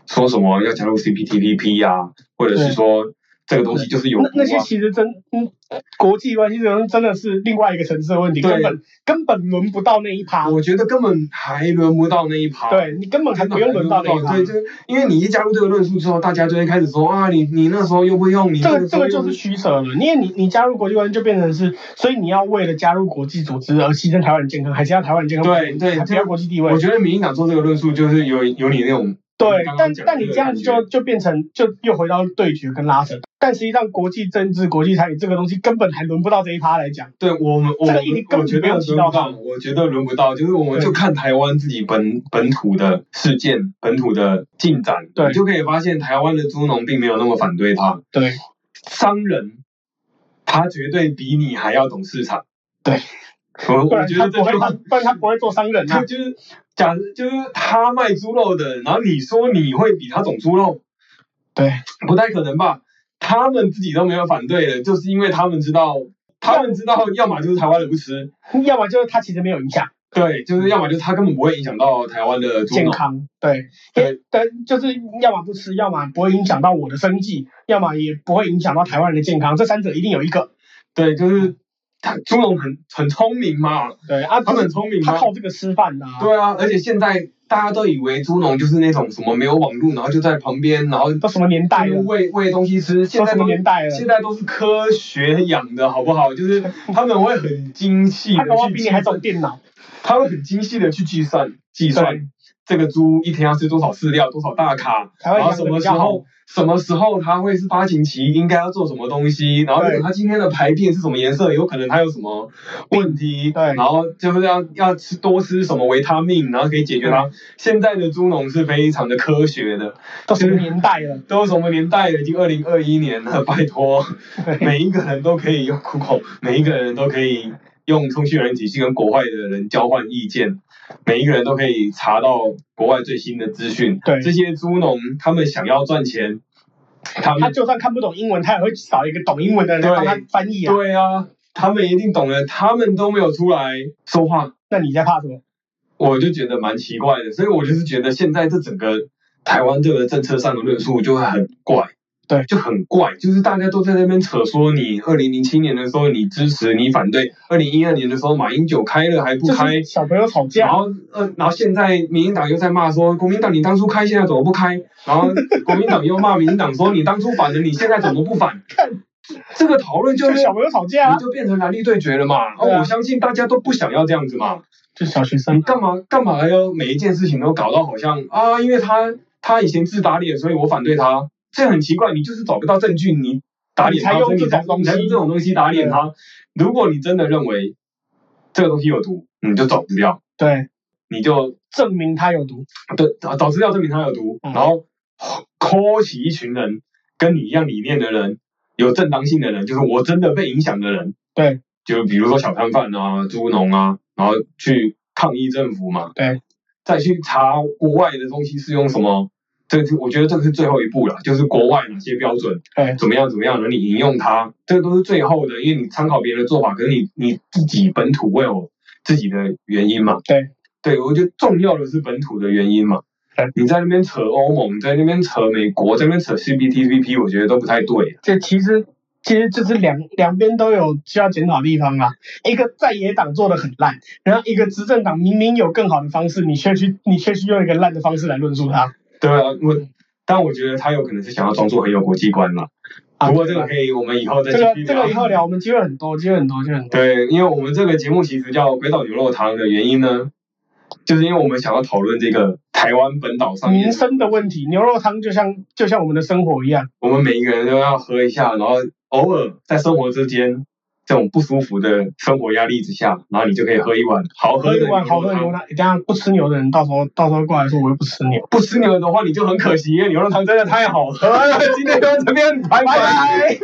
Speaker 2: 说什么要加入 CPTPP 呀、啊或者是
Speaker 1: 对
Speaker 2: 说这个东西就是有毒
Speaker 1: 那那
Speaker 2: 啊，
Speaker 1: 些其实真嗯，国际关系这种真的是另外一个层次的问题，
Speaker 2: 对
Speaker 1: 根本根本轮不到那一趴。
Speaker 2: 啊我觉得根本还轮不到那一趴。
Speaker 1: 对你根本还
Speaker 2: 真的
Speaker 1: 不用轮到那一趴
Speaker 2: 对，。就是因为你一加入这个论述之后，大家就会开始说啊，你你那时候又不用，你
Speaker 1: 这个
Speaker 2: 时
Speaker 1: 这
Speaker 2: 候
Speaker 1: 个
Speaker 2: 又
Speaker 1: 就是取舍了，因为你你加入国际关系就变成是，所以你要为了加入国际组织而牺牲台湾的健康，还是要台湾的健康？
Speaker 2: 对对
Speaker 1: 还是
Speaker 2: 这个
Speaker 1: 要国际地位
Speaker 2: 我？觉得民进党做这个论述，就是有有你那种
Speaker 1: 对
Speaker 2: 刚，
Speaker 1: 但
Speaker 2: 刚讲的
Speaker 1: 但你
Speaker 2: 这个
Speaker 1: 这样子
Speaker 2: 感
Speaker 1: 就就变成就又回到对决跟拉扯，但实际上国际政治、国际参与这个东西根本还轮不到这一趴来讲。
Speaker 2: 对我们，我
Speaker 1: 这个
Speaker 2: 们
Speaker 1: 议题根
Speaker 2: 我
Speaker 1: 本
Speaker 2: 觉
Speaker 1: 不
Speaker 2: 得
Speaker 1: 要
Speaker 2: 轮
Speaker 1: 提
Speaker 2: 不
Speaker 1: 到
Speaker 2: 到，我觉得轮不到，就是我们
Speaker 1: 对
Speaker 2: 就看台湾自己本本土的事件、本土的进展，
Speaker 1: 对
Speaker 2: 你就可以发现台湾的猪农并没有那么反对他，
Speaker 1: 对
Speaker 2: 商人他绝对比你还要懂市场。
Speaker 1: 对，
Speaker 2: 我
Speaker 1: 不
Speaker 2: 我
Speaker 1: 然
Speaker 2: 觉
Speaker 1: 他
Speaker 2: 得
Speaker 1: 不
Speaker 2: 这
Speaker 1: 会，
Speaker 2: 句话
Speaker 1: 他不然他不会做商人啊
Speaker 2: 就。就是假设就是他卖猪肉的，然后你说你会比他懂猪肉，
Speaker 1: 对，
Speaker 2: 不太可能吧？他们自己都没有反对的，就是因为他们知道，他们知道，要么就是台湾人不吃，
Speaker 1: 要么就是他其实没有影响
Speaker 2: 对，就是要么就是他根本不会影响到台湾的猪
Speaker 1: 健
Speaker 2: 农，
Speaker 1: 康，对，
Speaker 2: 对
Speaker 1: 因但就是要么不吃，要么不会影响到我的生计，要么也不会影响到台湾人的健康，这三者一定有一个。
Speaker 2: 对，就是他猪农很很聪明嘛，
Speaker 1: 对啊，
Speaker 2: 他们很聪明
Speaker 1: 他
Speaker 2: 嘛，
Speaker 1: 靠这个吃饭呐、
Speaker 2: 对啊，而且现在大家都以为猪农就是那种什么没有网络，然后就在旁边，然后
Speaker 1: 都什么年代
Speaker 2: 就是
Speaker 1: 了，
Speaker 2: 喂喂东西吃，现
Speaker 1: 都
Speaker 2: 在
Speaker 1: 什
Speaker 2: 都
Speaker 1: 么年代了，
Speaker 2: 现在都是科学养的好不好？就是 他们会很精细
Speaker 1: 他
Speaker 2: 的
Speaker 1: 搞不好
Speaker 2: 去
Speaker 1: 比
Speaker 2: 计
Speaker 1: 你还懂电脑。
Speaker 2: 他会很精细的去计算计算这个猪一天要吃多少饲料、多少大卡，
Speaker 1: 台湾
Speaker 2: 然后
Speaker 1: 养
Speaker 2: 什
Speaker 1: 的
Speaker 2: 么
Speaker 1: 比
Speaker 2: 时
Speaker 1: 较好
Speaker 2: 候。什么时候它会是发情期，应该要做什么东西，然后如
Speaker 1: 对
Speaker 2: 果它今天的排便是什么颜色，有可能它有什么问题，
Speaker 1: 对
Speaker 2: 然后就是要要吃多吃什么维他命，然后可以解决它。现在的猪农是非常的科学的，
Speaker 1: 都什么年代了，
Speaker 2: 都什么年代了？已经二零二一 年了，拜托，每一个人都可以用 Google，每一个人都可以用通讯软体系跟国外的人交换意见，每一个人都可以查到国外最新的资讯。
Speaker 1: 对
Speaker 2: 这些猪农他们想要赚钱，他
Speaker 1: 他
Speaker 2: 们
Speaker 1: 就算看不懂英文，他也会找一个懂英文的人来
Speaker 2: 对
Speaker 1: 帮他翻译啊。
Speaker 2: 对啊，他们一定懂的，他们都没有出来说话，
Speaker 1: 那你在怕什么？
Speaker 2: 我就觉得蛮奇怪的。所以我就是觉得现在这整个台湾这个政策上的论述就很怪，
Speaker 1: 对
Speaker 2: 就很怪，就是大家都在那边扯说你二零零七年的时候你支持你反对，二零一二年的时候马英九开了还不
Speaker 1: 就
Speaker 2: 开，
Speaker 1: 是小朋友吵
Speaker 2: 然
Speaker 1: 架，
Speaker 2: 后呃，然后现在民进党又在骂说国民党你当初开现在怎么不开，然后国民党又骂民进党说你当初反了你现在怎么 不反，这个讨论
Speaker 1: 就
Speaker 2: 就是
Speaker 1: 小朋友吵架啊
Speaker 2: 你，就变成蓝绿对决了嘛，
Speaker 1: 对啊
Speaker 2: 我相信大家都不想要这样子嘛。
Speaker 1: 就是小学
Speaker 2: 你
Speaker 1: 生。
Speaker 2: 干嘛干嘛要每一件事情都搞到好像啊，因为他他以前自打脸，所以我反对他，这很奇怪。你就是找不到证据，你打脸他，
Speaker 1: 你才用
Speaker 2: 所以你
Speaker 1: 这种东西
Speaker 2: 才你才用这种东西打脸他。如果你真的认为这个东西有毒，你就找资料，
Speaker 1: 对，
Speaker 2: 你就
Speaker 1: 证明他有毒。
Speaker 2: 对找找资料证明它有毒，
Speaker 1: 嗯
Speaker 2: 然后抠起一群人跟你一样理念的人，有正当性的人，就是我真的被影响的人，
Speaker 1: 对，
Speaker 2: 就比如说小摊贩啊、猪农啊，然后去抗议政府嘛，
Speaker 1: 对，
Speaker 2: 再去查国外的东西是用什么。这这，我觉得这个是最后一步了，就是国外哪些标准
Speaker 1: 对
Speaker 2: 怎么样怎么样，然后你引用它，这个都是最后的，因为你参考别人的做法，可是你你自己本土会有自己的原因嘛。
Speaker 1: 对，
Speaker 2: 对，我觉得重要的是本土的原因嘛
Speaker 1: 对。
Speaker 2: 你在那边扯欧盟，在那边扯美国，在那边扯 CPTPP，我觉得都不太对。啊
Speaker 1: 这其实其实就是两两边都有需要检讨的地方啦。一个在野党做的很烂，然后一个执政党明明有更好的方式，你却去你却去用一个烂的方式来论述它。
Speaker 2: 对啊，我
Speaker 1: 嗯
Speaker 2: 但我觉得他有可能是想要装作很有国际观嘛。
Speaker 1: 啊
Speaker 2: 不过这个可以，我们以后再
Speaker 1: 这
Speaker 2: 继
Speaker 1: 个
Speaker 2: 续啊
Speaker 1: 这
Speaker 2: 聊
Speaker 1: 个以后聊，我们机会很多，机会很多，机会很多。
Speaker 2: 对，因为我们这个节目其实叫《鬼岛牛肉汤》的原因呢，就是因为我们想要讨论这个台湾本岛上面
Speaker 1: 民生的问题，牛肉汤就像就像我们的生活一样。
Speaker 2: 我们每一个人都要喝一下，然后偶尔在生活之间这种不舒服的生活压力之下，然后你就可以喝一碗好喝
Speaker 1: 喝
Speaker 2: 的
Speaker 1: 一
Speaker 2: 牛
Speaker 1: 碗好喝
Speaker 2: 肉
Speaker 1: 的牛奶，
Speaker 2: 汤。
Speaker 1: 等一下不吃牛的人到时候到时候过来说我又不吃牛。
Speaker 2: 不吃牛的话，你就很可惜，因为牛肉汤真的太好喝了。今天就到这边，拜拜。